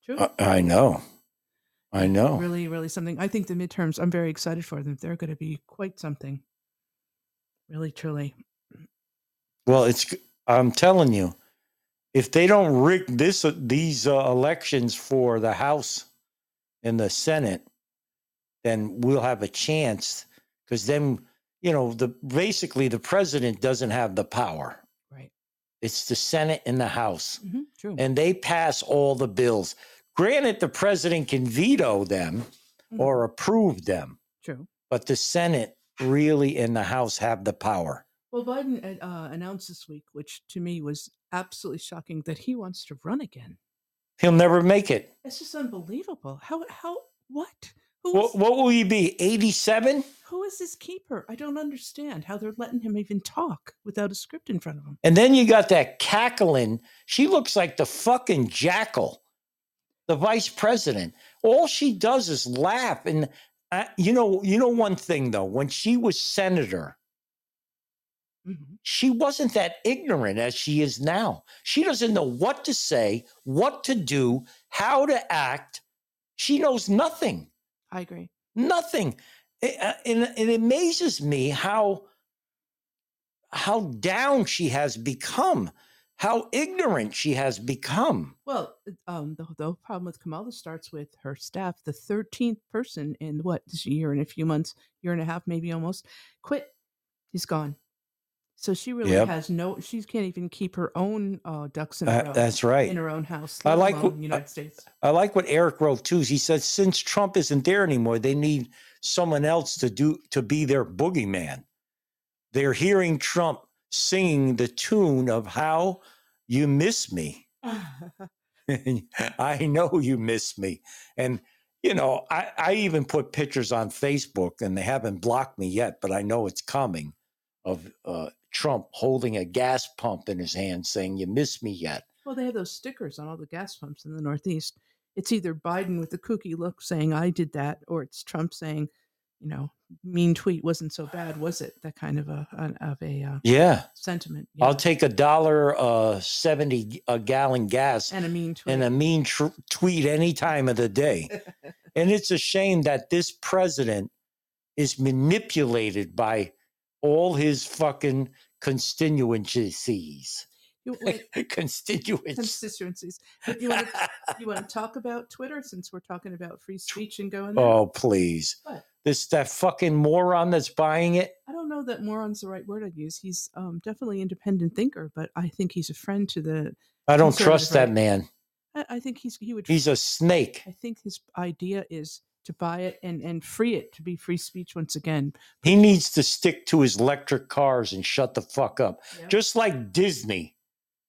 S4: True.
S2: I, I know. I know.
S4: Really, really something. I think the midterms. I'm very excited for them. They're going to be quite something. Really, truly.
S2: Well, it's I'm telling you, if they don't rig this these uh, elections for the House and the Senate, then we'll have a chance because then you know the basically the president doesn't have the power.
S4: Right.
S2: It's the Senate and the House,
S4: hmm True.
S2: and they pass all the bills. Granted, the president can veto them
S4: Mhm.
S2: or approve them,
S4: True.
S2: but the Senate really and the House have the power.
S4: Well, Biden uh, uh, announced this week, which to me was absolutely shocking, that he wants to run again.
S2: He'll never make it.
S4: It's just unbelievable. How? How? What? Who?
S2: What, what will he be? 87?
S4: Who is his keeper? I don't understand how they're letting him even talk without a script in front of him.
S2: And then you got that cackling. She looks like the fucking jackal, the vice president. All she does is laugh. And uh, you know, you know one thing though. When she was senator,
S4: Mm-hmm.
S2: she wasn't that ignorant as she is now. She doesn't know what to say, what to do, how to act. She knows nothing.
S4: I agree.
S2: nothing It- uh, and it amazes me how how down she has become how ignorant she has become
S4: Well, uh, um, the, the whole problem with Kamala starts with her staff. The 13th person in what, this year and a few months, year and a half, maybe almost, quit. He's gone. So she really
S2: Yep.
S4: has no, she can't even keep her own uh, ducks in a
S2: Uh,
S4: row
S2: that's right
S4: in her own house.
S2: I
S4: let
S2: like wh-
S4: alone United States.
S2: i like what eric wrote too he said since trump isn't there anymore they need someone else to do to be their boogeyman they're hearing trump singing the tune of how you miss me I know you miss me. And, you know, I, I even put pictures on Facebook and they haven't blocked me yet, but I know it's coming of uh, Trump holding a gas pump in his hand saying, You miss me yet.
S4: Well, they have those stickers on all the gas pumps in the Northeast. It's either Biden with the kooky look saying, I did that, or it's Trump saying, you know, mean tweet wasn't so bad, was it? That kind of a, an- of a uh,
S2: Yeah.
S4: sentiment. you
S2: I'll
S4: know,
S2: take a dollar uh, 70 g- a gallon gas
S4: and a mean tweet.
S2: and a mean tr- tweet any time of the day. and it's a shame that this president is manipulated by all his fucking constituencies.
S4: You- wait,
S2: constituents.
S4: constituencies. But You want, to, you want to talk about Twitter since we're talking about free speech and going there?
S2: oh, please.
S4: What?
S2: This that fucking moron that's buying it.
S4: I don't know that moron's the right word I'd use. He's um, definitely independent thinker, but I think he's a friend to the.
S2: I don't
S4: Conservative,
S2: trust that
S4: right.
S2: man.
S4: I, I think he's he would.
S2: He's a snake.
S4: I think his idea is to buy it and and free it to be free speech once again.
S2: He needs to stick to his electric cars and shut the fuck up.
S4: Yeah.
S2: Just like Disney.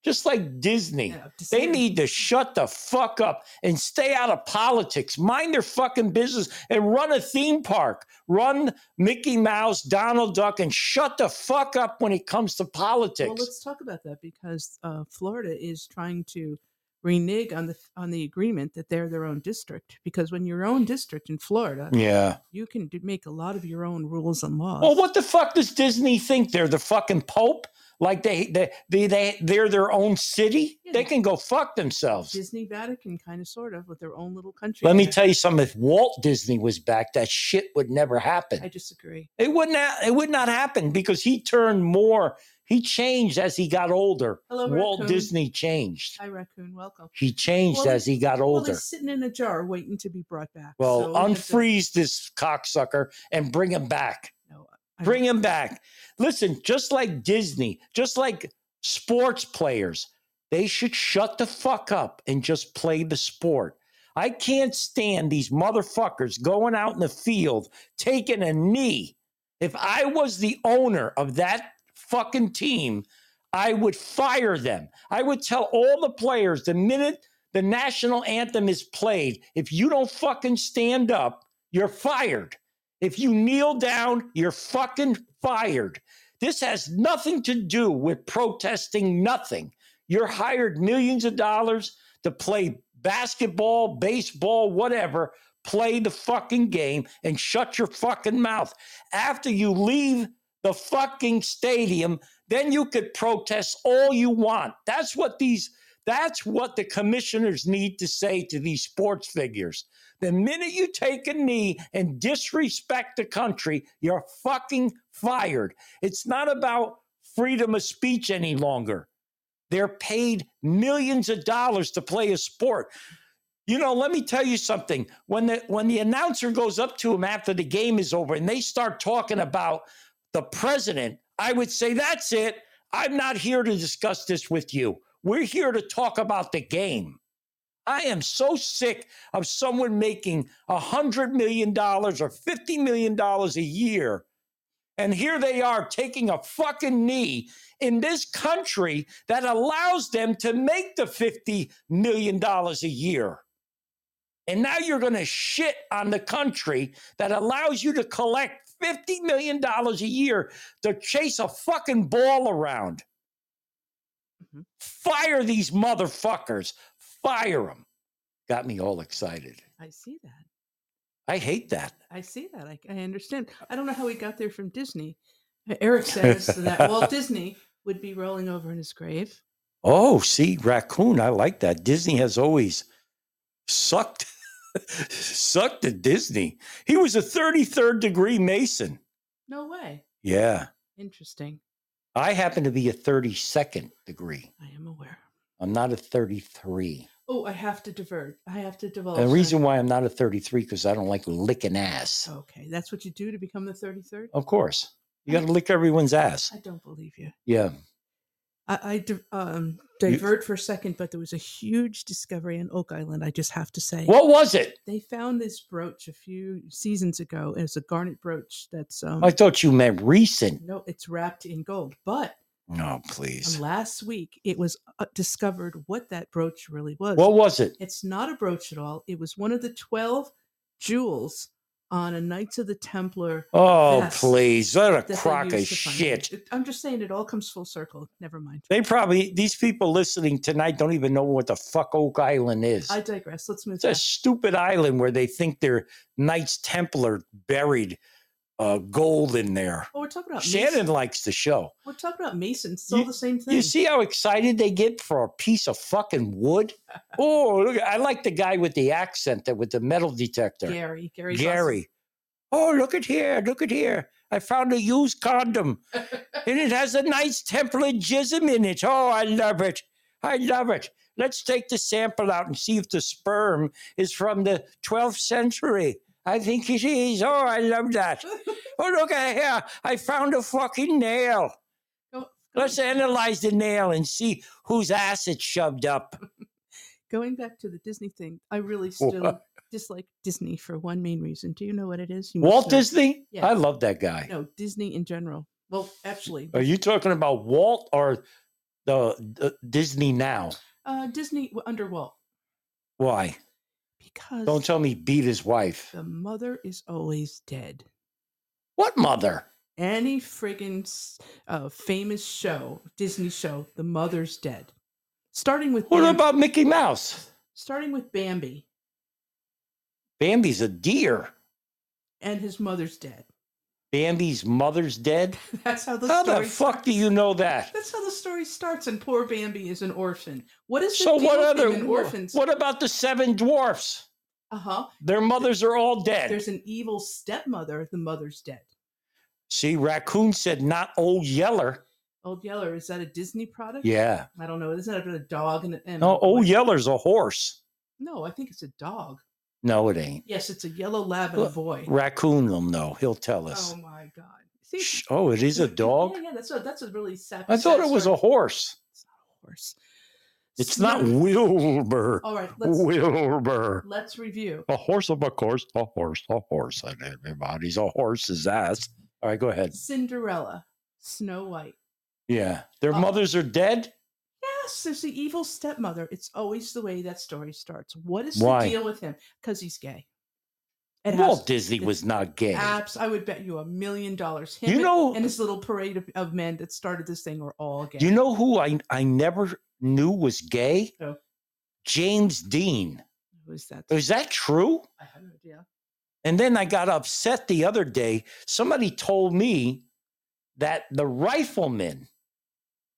S2: Just like Disney.
S4: Yeah, to
S2: They
S4: see him.
S2: need to shut the fuck up and stay out of politics. Mind their fucking business and run a theme park. Run Mickey Mouse, Donald Duck, and shut the fuck up when it comes to
S4: Well,
S2: politics.
S4: let's talk about that because uh, Florida is trying to renege on the on the agreement that they're their own district. Because when your own district in Florida,
S2: yeah.
S4: you can do, make a lot of your own rules and laws.
S2: Well, what the fuck does Disney think? They're the fucking Pope? Like they they they, they they're their own city?
S4: Yeah.
S2: They can go fuck themselves.
S4: Disney Vatican kind of sort of with their own little country.
S2: Let me
S4: there.
S2: tell you something. If Walt Disney was back, that shit would never happen.
S4: I disagree.
S2: It would not. It would not happen because he turned more. He changed as he got older.
S4: Hello,
S2: Walt
S4: raccoon.
S2: Disney changed.
S4: Hi, raccoon. Welcome.
S2: He changed
S4: Well,
S2: as he got
S4: Well,
S2: older.
S4: they're sitting in a jar waiting to be brought back.
S2: Well,
S4: so we have to-
S2: unfreeze this cocksucker and bring him back.
S4: No, I don't-
S2: Bring him back. Listen, just like Disney, just like sports players, they should shut the fuck up and just play the sport. I can't stand these motherfuckers going out in the field taking a knee. If I was the owner of that fucking team, I would fire them. I would tell all the players the minute the national anthem is played, if you don't fucking stand up, you're fired. If you kneel down, you're fucking fired. This has nothing to do with protesting nothing. You're hired millions of dollars to play basketball, baseball, whatever. Play the fucking game and shut your fucking mouth. After you leave the fucking stadium, then you could protest all you want. That's what these that's what the commissioners need to say to these sports figures. The minute you take a knee and disrespect the country, you're fucking fired. It's not about freedom of speech any longer. They're paid millions of dollars to play a sport. You know, let me tell you something. When the when the announcer goes up to him after the game is over and they start talking about the president, I would say that's it. I'm not here to discuss this with you. We're here to talk about the game. I am so sick of someone making $100 million or $50 million a year. And here they are taking a fucking knee in this country that allows them to make the $50 million a year. And now you're going to shit on the country that allows you to collect $50 million a year to chase a fucking ball around.
S4: Mhm.
S2: Fire these motherfuckers. Fire them. Got me all excited.
S4: I see that.
S2: I hate that.
S4: I see that. I, I understand. I don't know how he got there from Disney. E, Eric says that Walt Disney would be rolling over in his grave.
S2: Oh, see, raccoon. I like that. Disney has always sucked, sucked at Disney. He was a 33rd degree Mason.
S4: No way.
S2: Yeah.
S4: Interesting.
S2: I happen to be a 32nd degree.
S4: I am aware.
S2: I'm not a 33.
S4: Oh, I have to divert. I have to divulge.
S2: The
S4: that.
S2: reason why I'm not a 33 because I don't like licking ass.
S4: Okay, that's what you do to become the 33rd?
S2: Of course. You got to lick everyone's ass.
S4: I don't believe you.
S2: Yeah.
S4: I, I di- um, divert for a second, but there was a huge discovery in Oak Island. I just have to say,
S2: What was it?
S4: they found this brooch a few seasons ago. It's a garnet brooch that's um,
S2: I thought you meant recent.
S4: no, it's wrapped in gold. But
S2: No,
S4: um,
S2: please.
S4: last week, it was uh, discovered what that brooch really was.
S2: What was it?
S4: It's not a brooch at all. It was one of the twelve jewels on a Knights of the Templar.
S2: Oh,
S4: Yes.
S2: please. What a
S4: that they
S2: crock of
S4: used to find
S2: shit.
S4: it. It- I'm just saying it all comes full circle. Never mind.
S2: They probably, these people listening tonight don't even know what the fuck Oak Island is.
S4: I digress. Let's move.
S2: It's a
S4: Past.
S2: stupid island where they think their Knights Templar buried uh, gold in there.
S4: Oh, we're talking about
S2: Shannon
S4: Mason.
S2: likes the show.
S4: We're talking about Mason. It's all the same thing.
S2: You see how excited they get for a piece of fucking wood? Oh, look, I like the guy with the accent that with the metal detector.
S4: Gary. Gary. Gossett.
S2: Gary. Oh, look at here. Look at here. I found a used condom and it has a nice Templar jism in it. Oh, I love it. I love it. Let's take the sample out and see if the sperm is from the 12th century. I think it is. Oh, I love that. Oh, look at here. I found a fucking nail.
S4: Go-
S2: Let's analyze the nail and see whose ass it shoved up.
S4: Going back to the Disney thing, I really still dislike Disney for one main reason. Do you know what it is? You must
S2: Walt
S4: know.
S2: Disney?
S4: Yeah.
S2: I love that guy.
S4: No, Disney in general. Well, actually,
S2: Are you talking about Walt or the, the Disney now?
S4: uh, Disney w- under Walt
S2: Why?
S4: because
S2: Don't tell me beat his wife.
S4: the mother is always dead.
S2: What mother?
S4: Any friggin' s- uh, famous show, Disney show, the mother's dead. Starting with
S2: What
S4: Bam-
S2: about Mickey Mouse?
S4: starting with Bambi
S2: Bambi's a deer.
S4: and his mother's dead.
S2: Bambi's mother's dead.
S4: That's how the
S2: How
S4: story
S2: the fuck do you know that?
S4: That's how the story starts, and poor Bambi is an orphan. What is the
S2: So
S4: deal
S2: what
S4: with
S2: other?
S4: him and orphans?
S2: What about the seven dwarfs?
S4: Uh huh.
S2: Their mothers are all dead.
S4: There's an evil stepmother. The mother's dead.
S2: See, raccoon said not old Yeller.
S4: Old Yeller is that a Disney product?
S2: Yeah.
S4: I don't know. Isn't it a dog and, and
S2: No, old
S4: yeah.
S2: Yeller's a horse.
S4: No, I think it's a dog.
S2: No, it ain't.
S4: Yes, it's a yellow lab and a
S2: Look,
S4: boy.
S2: Raccoon will know. He'll tell us.
S4: Oh my god! See,
S2: Shh. Oh, it is a dog.
S4: Yeah, yeah, that's a that's a really sad.
S2: I thought it was a
S4: sad story.
S2: horse.
S4: It's not a horse.
S2: It's not
S4: Snow-
S2: Wilbur.
S4: All right, let's
S2: Wilbur.
S4: let's review.
S2: A horse of a course, a horse, a horse, and everybody's a horse's ass. All right, go ahead.
S4: Cinderella, Snow White.
S2: Yeah. Their
S4: Uh,
S2: mothers are dead?
S4: Yes, there's the evil stepmother. It's always the way that story starts. What is
S2: Why?
S4: the deal with him? Because he's gay. It
S2: Walt
S4: has
S2: Disney was not gay.
S4: abs. I would bet you a million dollars. Him
S2: You
S4: and-
S2: know-
S4: and his little parade of, of men that started this thing were all gay.
S2: You know who I, I never knew was gay?
S4: Who?
S2: James Dean.
S4: who's that?
S2: Is that true?
S4: I have no idea.
S2: And then I got upset the other day. Somebody told me that the rifleman,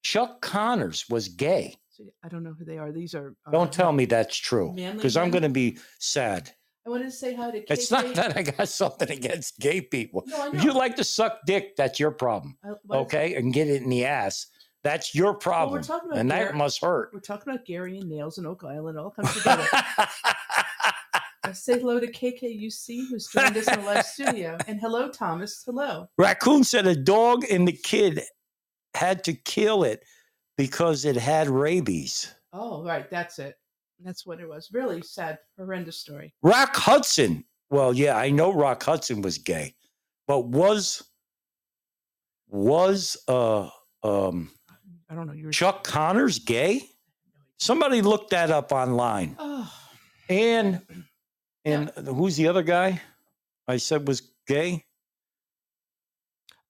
S2: Chuck Connors, was gay.
S4: See, I don't know who they are. These are. uh, are
S2: Don't tell me that's true
S4: Manly
S2: because I'm
S4: men?
S2: going to be sad.
S4: I wanted to say hi to. KK.
S2: It's not that I got something against gay people.
S4: No, I know.
S2: If you like to suck dick, that's your problem,
S4: I- what is-
S2: okay? And get it in the ass. That's your
S4: well, we're
S2: problem.
S4: talking about
S2: and that
S4: Gary-
S2: must hurt.
S4: We're talking about Gary and Nails and Oak Island. It all comes together. I say hello to KKUC, who's joined us in the live studio. And hello, Thomas. Hello.
S2: Raccoon said a dog and the kid had to kill it because it had rabies.
S4: Oh, right. That's it. That's what it was. Really sad, horrendous story.
S2: Rock Hudson. Well, yeah, I know Rock Hudson was gay, but was was uh um
S4: I don't know. You were
S2: Chuck Connors gay? Somebody looked that up online.
S4: Oh,
S2: And and who's the other guy I said was gay?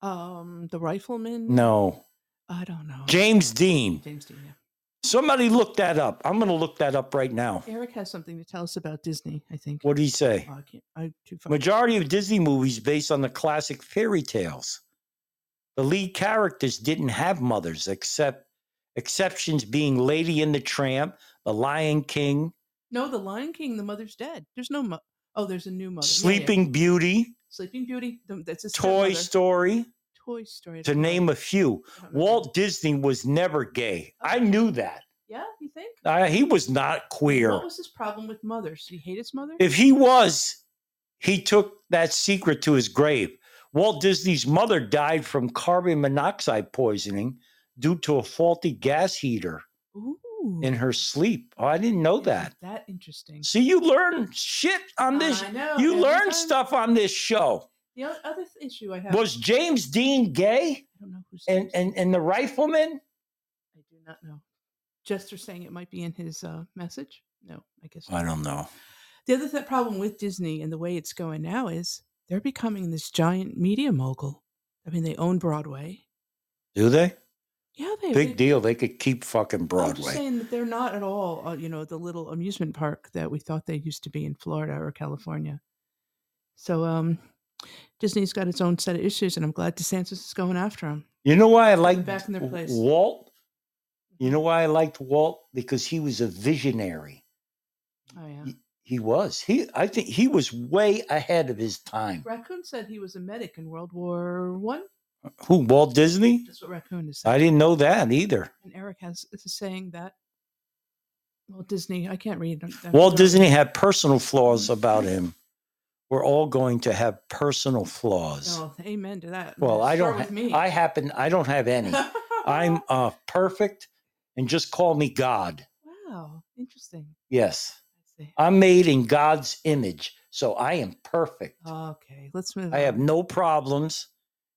S4: um, the rifleman.
S2: No.
S4: I don't know.
S2: James Dean.
S4: James Dean. yeah.
S2: Somebody look that up. I'm gonna look that up right now.
S4: Eric has something to tell us about Disney. I think.
S2: What do you say?
S4: Oh, I can't. I too far.
S2: Majority of Disney movies based on the classic fairy tales. The lead characters didn't have mothers, except exceptions being Lady and the Tramp, The Lion King,
S4: no, the Lion King. The mother's dead. There's no. Mo- oh, there's a new mother. Yeah, yeah.
S2: Sleeping Beauty,
S4: Sleeping Beauty. the- that's a
S2: Toy
S4: stepmother.
S2: Story,
S4: Toy Story. I
S2: to
S4: don't know.
S2: name a few.
S4: I don't know.
S2: Walt Disney was never gay. I knew that.
S4: Yeah, you think?
S2: Uh, he was not queer.
S4: What was his problem with mothers? Did he hate his mother?
S2: If he was, he took that secret to his grave. Walt Disney's mother died from carbon monoxide poisoning due to a faulty gas heater
S4: Ooh,
S2: in her sleep. Oh, I didn't know
S4: isn't
S2: that.
S4: That interesting.
S2: See, you learn shit on this.
S4: I know,
S2: You
S4: every
S2: learn
S4: time.
S2: stuff on this show.
S4: The o- other th- issue I have
S2: Was James Dean gay
S4: I don't know who's
S2: and, and, and the rifleman?
S4: I do not know. Jester saying it might be in his uh, message. No, I guess not.
S2: I don't know.
S4: The other th- problem with Disney and the way it's going now is they're becoming this giant media mogul. I mean, they own Broadway.
S2: Do they?
S4: Yeah, they
S2: Big
S4: they-
S2: deal. They could keep fucking
S4: I'm just
S2: Broadway.
S4: saying that they're not at all, uh, you know, the little amusement park that we thought they used to be in Florida or California. So um, Disney's got its own set of issues, and I'm glad DeSantis is going after them.
S2: You know why I
S4: Put them
S2: like
S4: back in their place.
S2: Walt? You know why I liked Walt? Because he was a visionary.
S4: Oh yeah.
S2: Y- He was. He I think he was way ahead of his time.
S4: Raccoon said he was a medic in World War One.
S2: Who, Walt Disney?
S4: That's what Raccoon is saying.
S2: I didn't know that either.
S4: and Eric has is saying that. Walt Disney. I can't read. I'm- I'm
S2: Walt
S4: literally- Mm-hmm.
S2: Disney had personal flaws about him, we're all going to have personal flaws.
S4: Oh, amen to that.
S2: Well, I
S4: Start
S2: don't.
S4: with
S2: ha-
S4: me.
S2: I happen. I don't have any. I'm uh, perfect, and just call me God.
S4: wow, interesting.
S2: Yes,
S4: I see.
S2: I'm made in God's image, so I am perfect.
S4: Oh, Okay, let's move.
S2: I have
S4: on.
S2: no problems.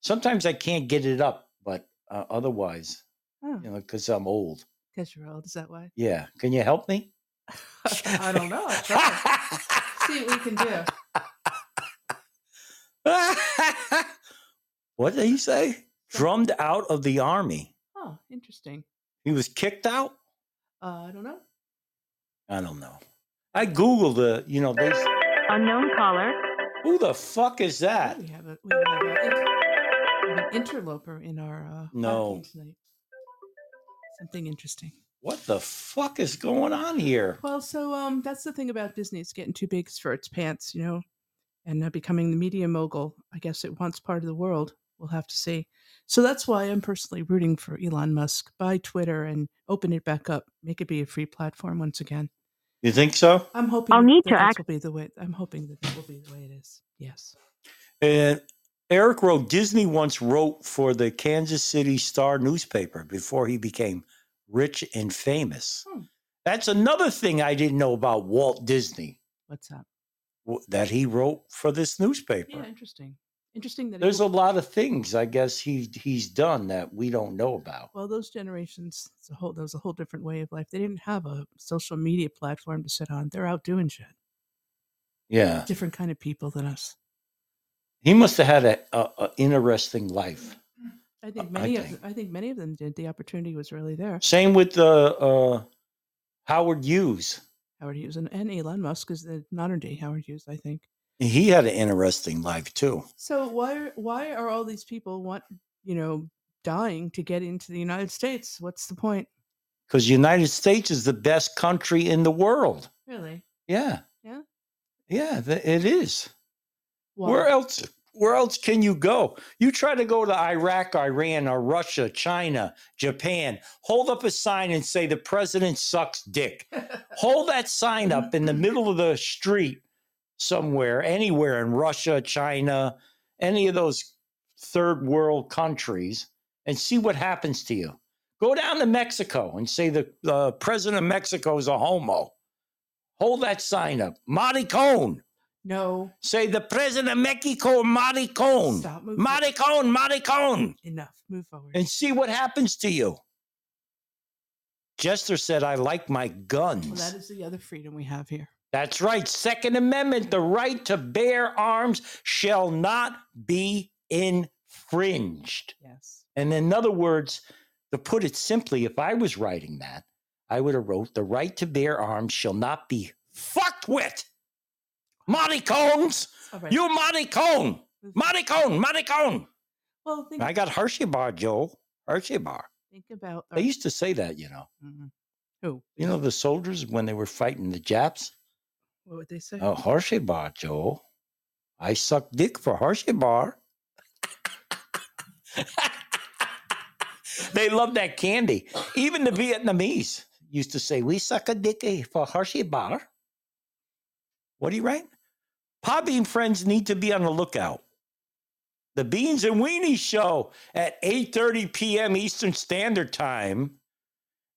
S2: Sometimes I can't get it up, but uh, otherwise,
S4: Oh,
S2: you know, because I'm old.
S4: because you're old. Is that why?
S2: Yeah, can you help me?
S4: I don't know. I'll try. See what we can do.
S2: what did he say? Drummed out of the army.
S4: Oh, interesting.
S2: He was kicked out.
S4: Uh, I don't know.
S2: I don't know. I googled the. You know, they,
S5: Unknown caller.
S2: who the fuck is that?
S4: We have a we have, a, inter- we have an interloper in our uh,
S2: No.
S4: podcast tonight. Something interesting.
S2: What the fuck is going on here?
S4: Well, so um, that's the thing about Disney. It's getting too big for its pants, you know, and uh, becoming the media mogul. I guess it wants part of the world. We'll have to see. So that's why I'm personally rooting for Elon Musk. Buy Twitter and open it back up. Make it be a free platform once again.
S2: You think so?
S4: I'm hoping
S5: I'll need
S4: that
S5: to
S4: this
S5: act-
S4: will be the way. I'm hoping that that will be the way it is. Yes.
S2: And Eric wrote Disney once wrote for the Kansas City Star newspaper before he became rich and famous.
S4: Hmm.
S2: That's another thing I didn't know about Walt Disney
S4: What's up?
S2: w- that he wrote for this newspaper.
S4: Yeah, interesting. Interesting that he
S2: There's a
S4: wrote-
S2: lot of things I guess he he's done that we don't know about.
S4: Well, those generations, it's a whole, that was a whole different way of life. They didn't have a social media platform to sit on. They're out doing shit.
S2: Yeah,
S4: Different kind of people than us.
S2: he must have had a, a, a interesting life.
S4: Uh, I think
S2: I
S4: many of
S2: think.
S4: them, I think many of them did. The opportunity was really there.
S2: Same with uh, uh, Howard Hughes.
S4: Howard Hughes and, and Elon Musk is the modern day Howard Hughes, I think.
S2: He had an interesting life too.
S4: So why are- why are all these people want you know dying to get into the United States? What's the point?
S2: because United States is the best country in the world.
S4: Really?
S2: Yeah.
S4: Yeah?
S2: Yeah, th- it is.
S4: Why?
S2: Where else? Where else can you go? You try to go to Iraq, Iran, or Russia, China, Japan. Hold up a sign and say the president sucks dick. Hold that sign up in the middle of the street somewhere, anywhere in Russia, China, any of those third world countries, and see what happens to you. Go down to Mexico and say the uh, president of Mexico is a homo. Hold that sign up. Maricon.
S4: no.
S2: Say the president of Mexico, maricon,
S4: Stop moving.
S2: maricon, maricon,
S4: Enough. Move forward.
S2: and see what happens to you. Jester said, I like my guns.
S4: well, that is the other freedom we have here.
S2: That's right. Second Amendment, the right to bear arms shall not be infringed.
S4: Yes.
S2: And in other words, to put it simply, if I was writing that, I would have wrote the right to bear arms shall not be fucked with. Maricones,
S4: All right.
S2: you maricone, maricone, maricone.
S4: well, think,
S2: I got Hershey bar, Joe. Hershey bar.
S4: think about. our-
S2: They used to say that, you know.
S4: Mhm. Who?
S2: You know the soldiers when they were fighting the Japs.
S4: What would they say?
S2: Oh, Hershey bar, Joe. I suck dick for Hershey bar. they love that candy. Even the Vietnamese used to say, "We suck a dick eh, for Hershey bar." What do you write? Poppy and friends need to be on the lookout. The Beans and Weenies show at 8:30 p.m. Eastern Standard Time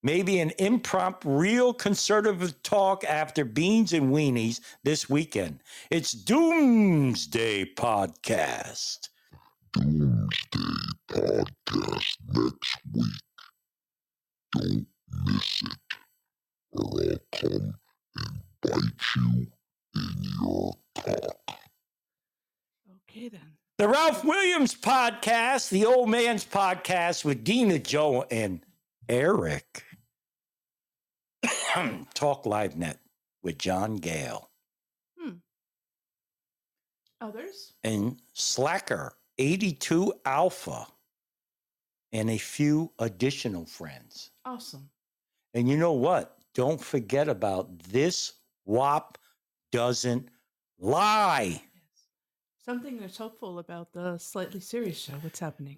S2: maybe an impromptu, real conservative talk after beans and weenies this weekend. It's Doomsday Podcast.
S6: Doomsday Podcast next week. Don't miss it, or I'll come and bite you in your cock.
S4: Okay then.
S2: The Ralph Williams Podcast, the Old Man's Podcast with Dina, Joe, and Eric. talk Live Net with John Gale
S4: Others?
S2: and Slacker 82 Alpha and a few additional friends.
S4: Awesome.
S2: And you know what? Don't forget about this WAP doesn't lie.
S4: Yes. Something that's hopeful about the slightly serious show. What's happening?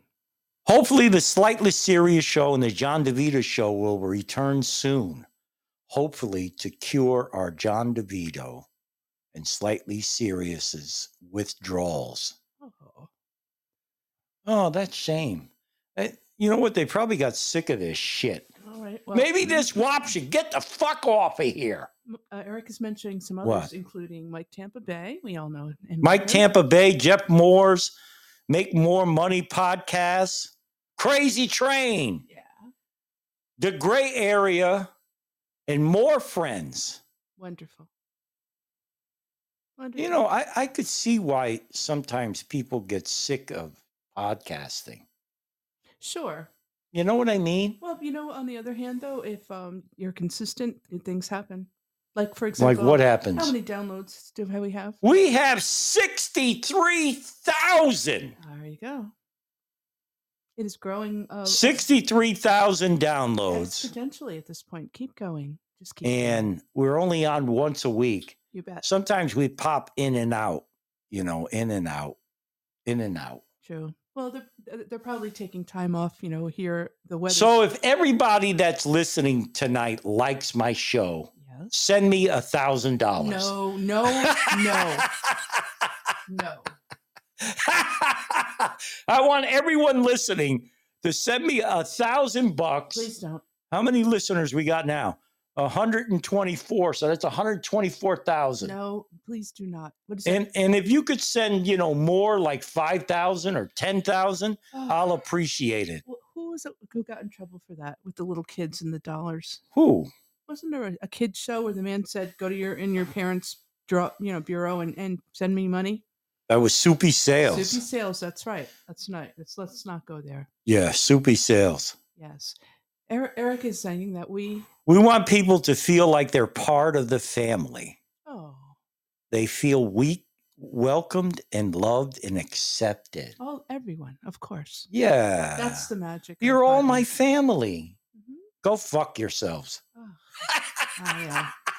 S2: Hopefully, the Slightly Serious Show and the John DeVito Show will return soon, hopefully, to cure our John DeVito and slightly serious withdrawals.
S4: Oh.
S2: Oh, that's shame. Eh, You know what? They probably got sick of this shit.
S4: All right. Well,
S2: Maybe this WAP should get the fuck off of here.
S4: M- Uh, Eric is mentioning some others,
S2: What?
S4: including Mike Tampa Bay. We all know. And
S2: Mike
S4: Barry.
S2: Tampa Bay, Jeff Moore's Make More Money podcast, Crazy Train,
S4: Yeah.
S2: The Gray Area, and more friends.
S4: Wonderful. Wonderful.
S2: You know, I, I could see why sometimes people get sick of podcasting.
S4: Sure.
S2: You know what I mean?
S4: Well, you know, on the other hand, though, if um, you're consistent, good things happen. Like, for example,
S2: Like, what
S4: how
S2: happens?
S4: many downloads do we have?
S2: We have 63,000.
S4: There you go. It is growing. Uh, ex-
S2: 63,000 downloads.
S4: exponentially at this point. Keep going. Just keep. going.
S2: And we're only on once a week.
S4: you bet.
S2: Sometimes we pop in and out, you know, in and out, in and out.
S4: True. Well, they're uh, they're- they're probably taking time off. You know, here the weather.
S2: So if everybody that's listening tonight likes my show,
S4: yes.
S2: send me a thousand dollars.
S4: No, no, no, no.
S2: I want everyone listening to send me a thousand bucks.
S4: Please don't.
S2: How many listeners we got now? 124. So that's 124,000.
S4: No, please do not. What is
S2: And and if you could send, you know, more like 5,000 or 10,000,
S4: Oh.
S2: I'll appreciate it.
S4: Wh- Who was it who got in trouble for that with the little kids and the dollars?
S2: Who?
S4: Wasn't there a, a kid show where the man said, "Go to your in your parents' draw, you know, bureau and, and send me money"?
S2: That was Soupy Sales.
S4: Soupy sales. That's right. That's not. Let's let's not go there.
S2: Yeah, Soupy Sales.
S4: Yes, Eric, Eric is saying that we.
S2: We want people to feel like they're part of the family.
S4: Oh,
S2: They feel weak, welcomed and loved and accepted.
S4: all everyone, of course.
S2: Yeah.
S4: That's the magic. of
S2: You're all my
S4: podcasts.
S2: family.
S4: Mhm.
S2: Go fuck yourselves.
S4: Oh, I, uh,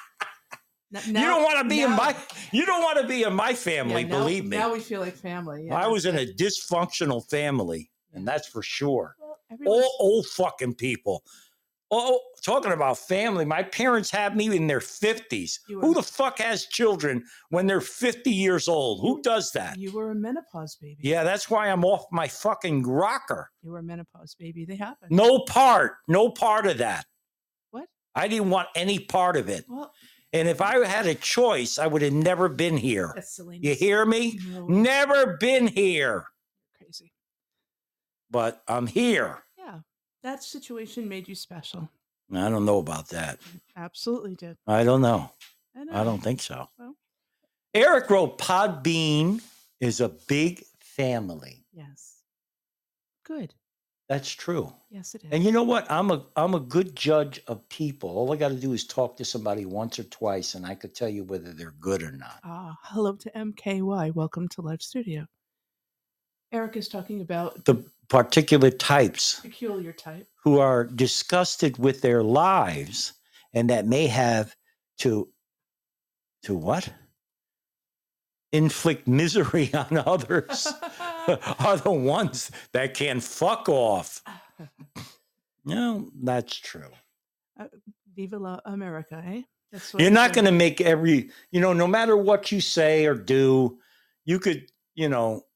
S4: n-
S2: you
S4: now-
S2: don't want to be in
S4: now-
S2: my you don't want to be in my
S4: yeah,
S2: family,
S4: now-
S2: believe me.
S4: Now we feel like family. yeah,
S2: I
S4: that's
S2: was in
S4: right.
S2: a dysfunctional family, and that's for sure.
S4: Well, everyone's-
S2: All old fucking people. Oh, talking about family, my parents had me in their 50s.
S4: You
S2: Who
S4: were-
S2: the fuck has children when they're 50 years old? Who does that?
S4: You were a menopause baby.
S2: Yeah, that's why I'm off my fucking rocker.
S4: You were a menopause baby. They happen.
S2: No part, no part of that.
S4: What? Oh,
S2: I didn't want any part of it.
S4: Well,
S2: And if I had a choice, I would have never been here.
S4: that's silly.
S2: You hear me?
S4: No, you're
S2: Never been here,
S4: crazy.
S2: but I'm here.
S4: Yeah, that situation made you special.
S2: I don't know about that.
S4: Absolutely did. uh,
S2: I don't know. I
S4: know.
S2: don't think so.
S4: Well.
S2: Eric wrote Podbean is a big family.
S4: Yes. Good.
S2: That's true.
S4: Yes, it is.
S2: And you know what? I'm a I'm a good judge of people. All I got to do is talk to somebody once or twice and I could tell you whether they're good or not.
S4: ah, hello to MKY. Welcome to Live Studio. Eric is talking about
S2: The particular types
S4: peculiar type.
S2: who are disgusted with their lives and that may have to to what? inflict misery on others. are the ones that can fuck off. No, that's true.
S4: Viva la America, eh? That's
S2: You're
S4: it
S2: not
S4: says.
S2: going to make every, you know, no matter what you say or do, you could, you know,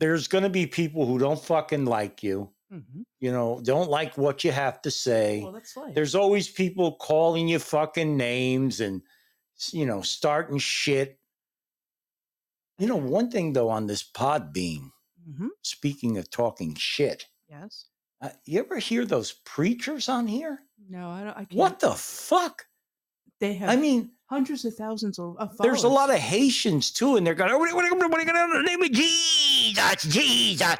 S2: there's going to be people who don't fucking like you,
S4: Mhm.
S2: you know, don't like what you have to say.
S4: Well, that's life.
S2: There's always people calling you fucking names and, s- you know, starting shit. You know, one thing though on this pod beam,
S4: hmm
S2: speaking of talking shit,
S4: Yes.
S2: Uh, you ever hear those preachers on here?
S4: No, I don't. I can't.
S2: What the fuck?
S4: They have.
S2: I mean,
S4: hundreds of thousands of, of
S2: there's a lot
S4: followers.
S2: of Haitians too, and they're going, "What are you going to the name of Jesus, Jesus?"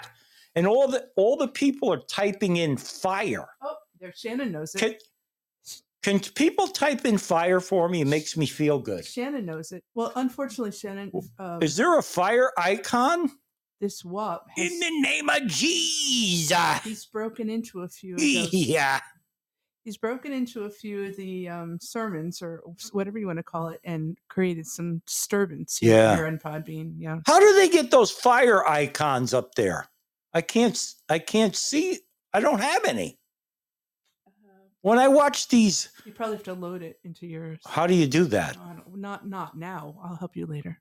S2: And all the all the people are typing in fire.
S4: Oh, there. Shannon knows it.
S2: Can can people type in fire for me? It makes me feel good.
S4: Shannon knows it. Well, unfortunately, Shannon, uh,
S2: Is there a fire icon
S4: this WAP
S2: in
S4: has
S2: the name of Jesus?
S4: he's broken into a few. Of those,
S2: Yeah.
S4: he's broken into a few of the um, sermons or s- whatever you want to call it, and created some disturbance. here-
S2: Yeah.
S4: here in Podbean. Yeah,
S2: How do they get those fire icons up there? I can't. s- I can't see. I don't have any.
S4: uh,
S2: When I watch these,
S4: You probably have to load it into your.
S2: how do you do that?
S4: I don't- Not not now. I'll help you later.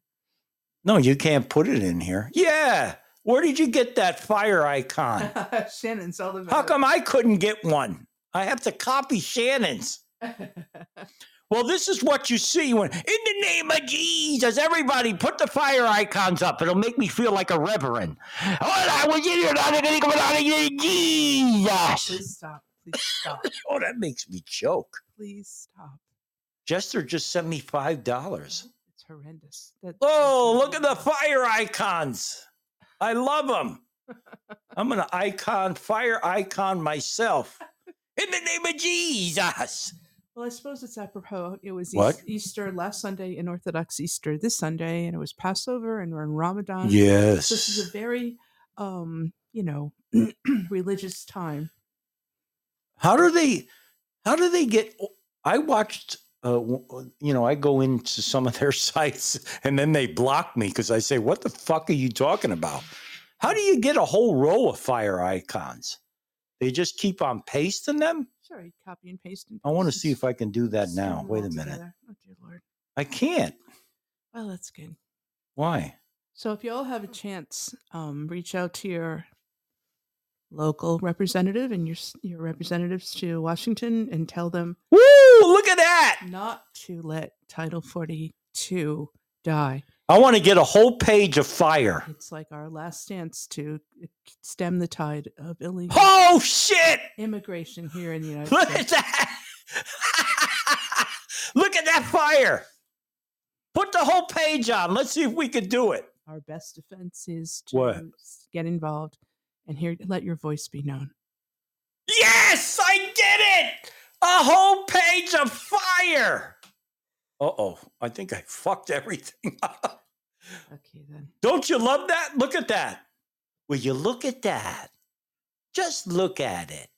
S2: No, you can't put it in here. Yeah. Where did you get that fire icon?
S4: Shannon Sullivan.
S2: How come I couldn't get one? I have to copy Shannon's. Well, this is what you see when, in the name of Jesus, everybody put the fire icons up. It'll make me feel like a reverend. Oh, I was in here, not gonna come out of here, Jesus.
S4: Please stop. Please stop.
S2: Oh, that makes me choke.
S4: Please stop.
S2: Jester just sent me $5.
S4: It's horrendous. That,
S2: Oh, look at the fire icons. I love them. I'm an icon, fire icon myself. In the name of Jesus.
S4: Well, I suppose it's apropos. It was
S2: What?
S4: Eas- Easter last Sunday and Orthodox Easter this Sunday, and it was Passover, and we're in Ramadan.
S2: Yes.
S4: So this is a very, um, you know, religious time.
S2: how do they how do they get i watched uh, w- w- you know i go into some of their sites and then they block me because i say what the fuck are you talking about how do you get a whole row of fire icons they just keep on pasting them
S4: Sorry, copy and paste. And
S2: i want to
S4: paste.
S2: see if i can do that
S4: Just
S2: now
S4: them
S2: wait
S4: all
S2: a minute
S4: together. Oh dear lord.
S2: i can't
S4: Well, that's good.
S2: why
S4: So if you all have a chance, um, reach out to your local representative and your s- your representatives to Washington and tell them
S2: woo look at that
S4: not to let Title Forty Two die.
S2: i want to get a whole page of fire
S4: It's like our last chance to e, stem the tide of illegal
S2: oh shit
S4: immigration here in the United
S2: Look at
S4: States.
S2: that! Look at that fire! Put the whole page on. Let's see if we can do it.
S4: Our best defense is to
S2: What?
S4: s- get involved and hear let your voice be known.
S2: Yes, I did it! A whole page of fire! Uh oh, I think I fucked everything up.
S4: Okay, then.
S2: Don't you love that? Look at that. Will you look at that? Just look at it.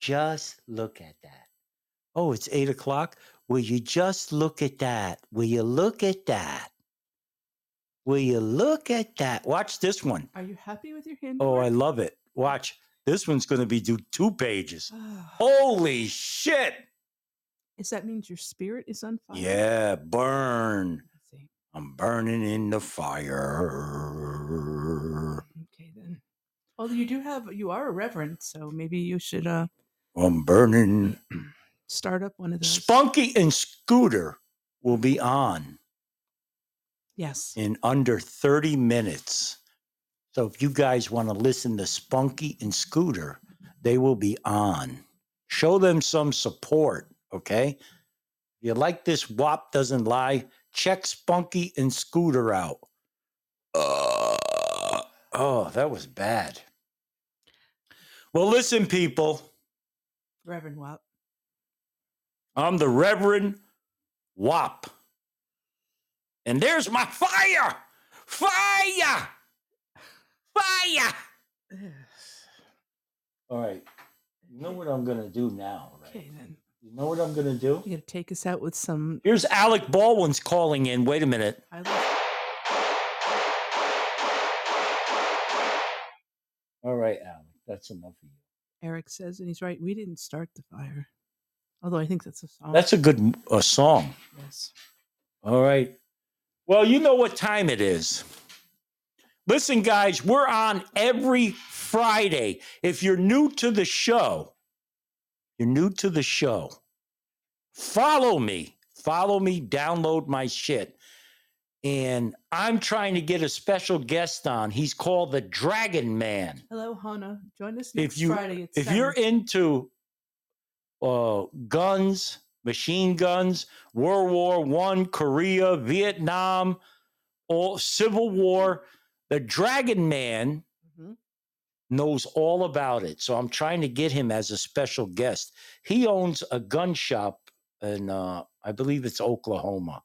S2: Just look at that. Oh, it's eight o'clock. Will you just look at that? Will you look at that? Will you look at that? Watch this one.
S4: Are you happy with your hand?
S2: Oh, I love it. Watch. This one's going to be do two pages. Holy shit.
S4: Is that means your spirit is on fire?
S2: Yeah, burn.
S4: I see.
S2: I'm burning in the fire.
S4: Okay then. Although you do have, you are a reverend, so maybe you should uh
S2: I'm burning.
S4: start up one of those.
S2: Spunky and Scooter will be on
S4: yes.
S2: in under 30 minutes. So if you guys want to listen to Spunky and Scooter, they will be on. Show them some support, okay? If you like this WAP doesn't lie, check Spunky and Scooter out. Uh, oh, that was bad. Well, listen, people.
S4: Reverend Wap.
S2: I'm the Reverend Wop. And there's my fire! Fire! Fire! All right. You know what I'm going to do now, right?
S4: Okay then.
S2: You know what I'm going to do?
S4: You gotta take us out with some
S2: Here's Alec Baldwin's calling in. Wait a minute.
S4: I love
S2: All right, Alec. That's enough of you.
S4: Eric says, and he's right, we didn't start the fire. Although I think that's a song.
S2: That's a good uh, song.
S4: yes.
S2: All right. Well, you know what time it is. Listen, guys, we're on every Friday. If you're new to the show, you're new to the show, follow me. Follow me, download my shit. And I'm trying to get a special guest on. He's called the Dragon Man
S4: Hello, Hannah. Join us
S2: If
S4: next
S2: you-
S4: Friday at
S2: if you're
S4: 7.
S2: into uh, guns, machine guns, World War One, Korea, Vietnam, all Civil War, the Dragon Man
S4: Mhm.
S2: knows all about it. So I'm trying to get him as a special guest. He owns a gun shop in, uh, I believe it's Oklahoma,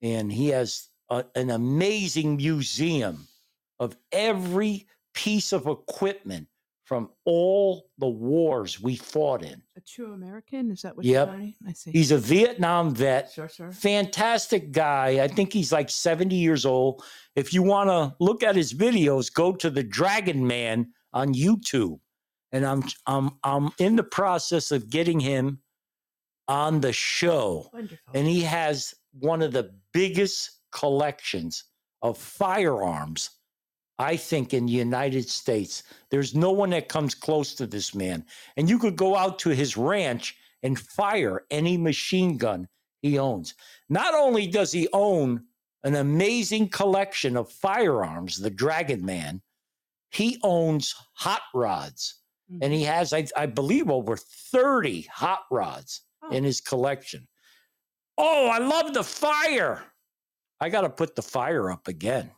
S2: and he has a, an amazing museum of every piece of equipment from all the wars we fought in.
S4: a true American, is that what
S2: Yep.
S4: you're doing? I see.
S2: He's a Vietnam vet
S4: sure, sure.
S2: fantastic guy. I think he's like 70 years old. If you want to look at his videos, go to the Dragon Man on YouTube and I'm I'm I'm in the process of getting him on the show,
S4: Wonderful.
S2: and he has one of the biggest collections of firearms. I think in the United States, there's no one that comes close to this man. And you could go out to his ranch and fire any machine gun he owns. Not only does he own an amazing collection of firearms, the Dragon Man, he owns hot rods
S4: Mhm.
S2: and he has I, I believe over 30 hot rods
S4: Oh.
S2: in his collection oh i love the fire i gotta put the fire up again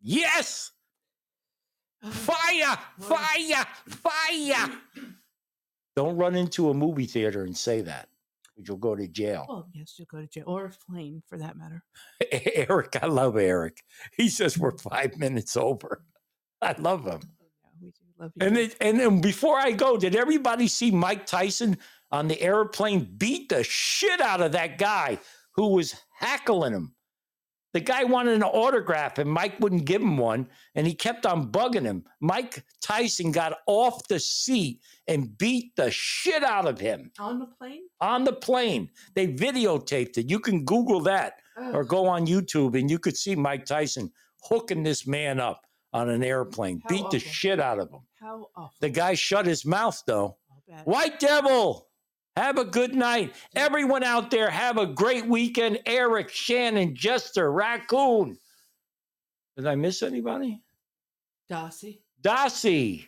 S2: yes
S4: Oh,
S2: fire
S4: Lord.
S2: fire fire don't run into a movie theater and say that you'll go to jail
S4: Well, yes, you'll go to jail or a plane for that matter. Oh,
S2: eric i love eric he says we're five minutes over i love him
S4: Yeah, we do love you.
S2: And it, and then before I go, did everybody see Mike Tyson on the airplane beat the shit out of that guy who was hackling him? The guy wanted an autograph and Mike wouldn't give him one, and he kept on bugging him. Mike Tyson got off the seat and beat the shit out of him
S4: on the plane?
S2: on the plane. They videotaped it. You can Google that or
S4: Ugh,
S2: go on YouTube and you could see Mike Tyson hooking this man up on an airplane,
S4: How
S2: beat the
S4: awful.
S2: shit out of him.
S4: how awful.
S2: The guy shut his mouth though.
S4: I'll bet.
S2: White Devil, have a good night. Everyone out there, have a great weekend. Eric, Shannon, Jester, Raccoon. Did I miss anybody?
S4: Dossie.
S2: Dossie,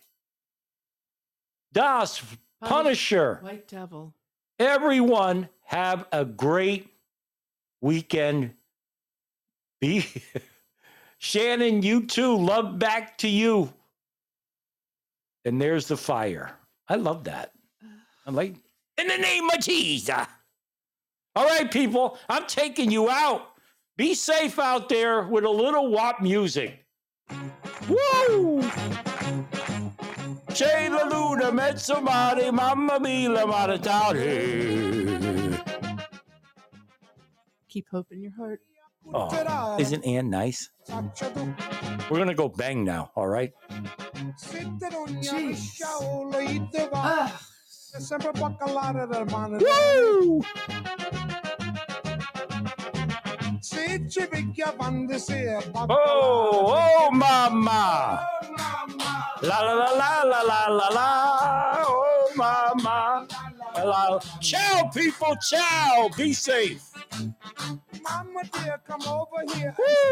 S2: Das, Punisher.
S4: White Devil.
S2: Everyone, have a great weekend. Be Shannon, you too. Love back to you. And there's the fire. I love that. I'm like, in the name of Jesus. All right, people, I'm taking you out. Be safe out there with a little WAP music. Woo! Che la luna met somebody, mamma mia, I'm out of town. Hey.
S4: Keep hope in your heart.
S2: Oh, isn't Ann nice? We're gonna go bang now, all right?
S4: Ugh.
S2: Woo! Oh, oh, mama. La la la la la la la la. Oh, mama. La, la. Ciao, people. Ciao. Be safe.
S3: Mama dear, come over here.
S2: Woo!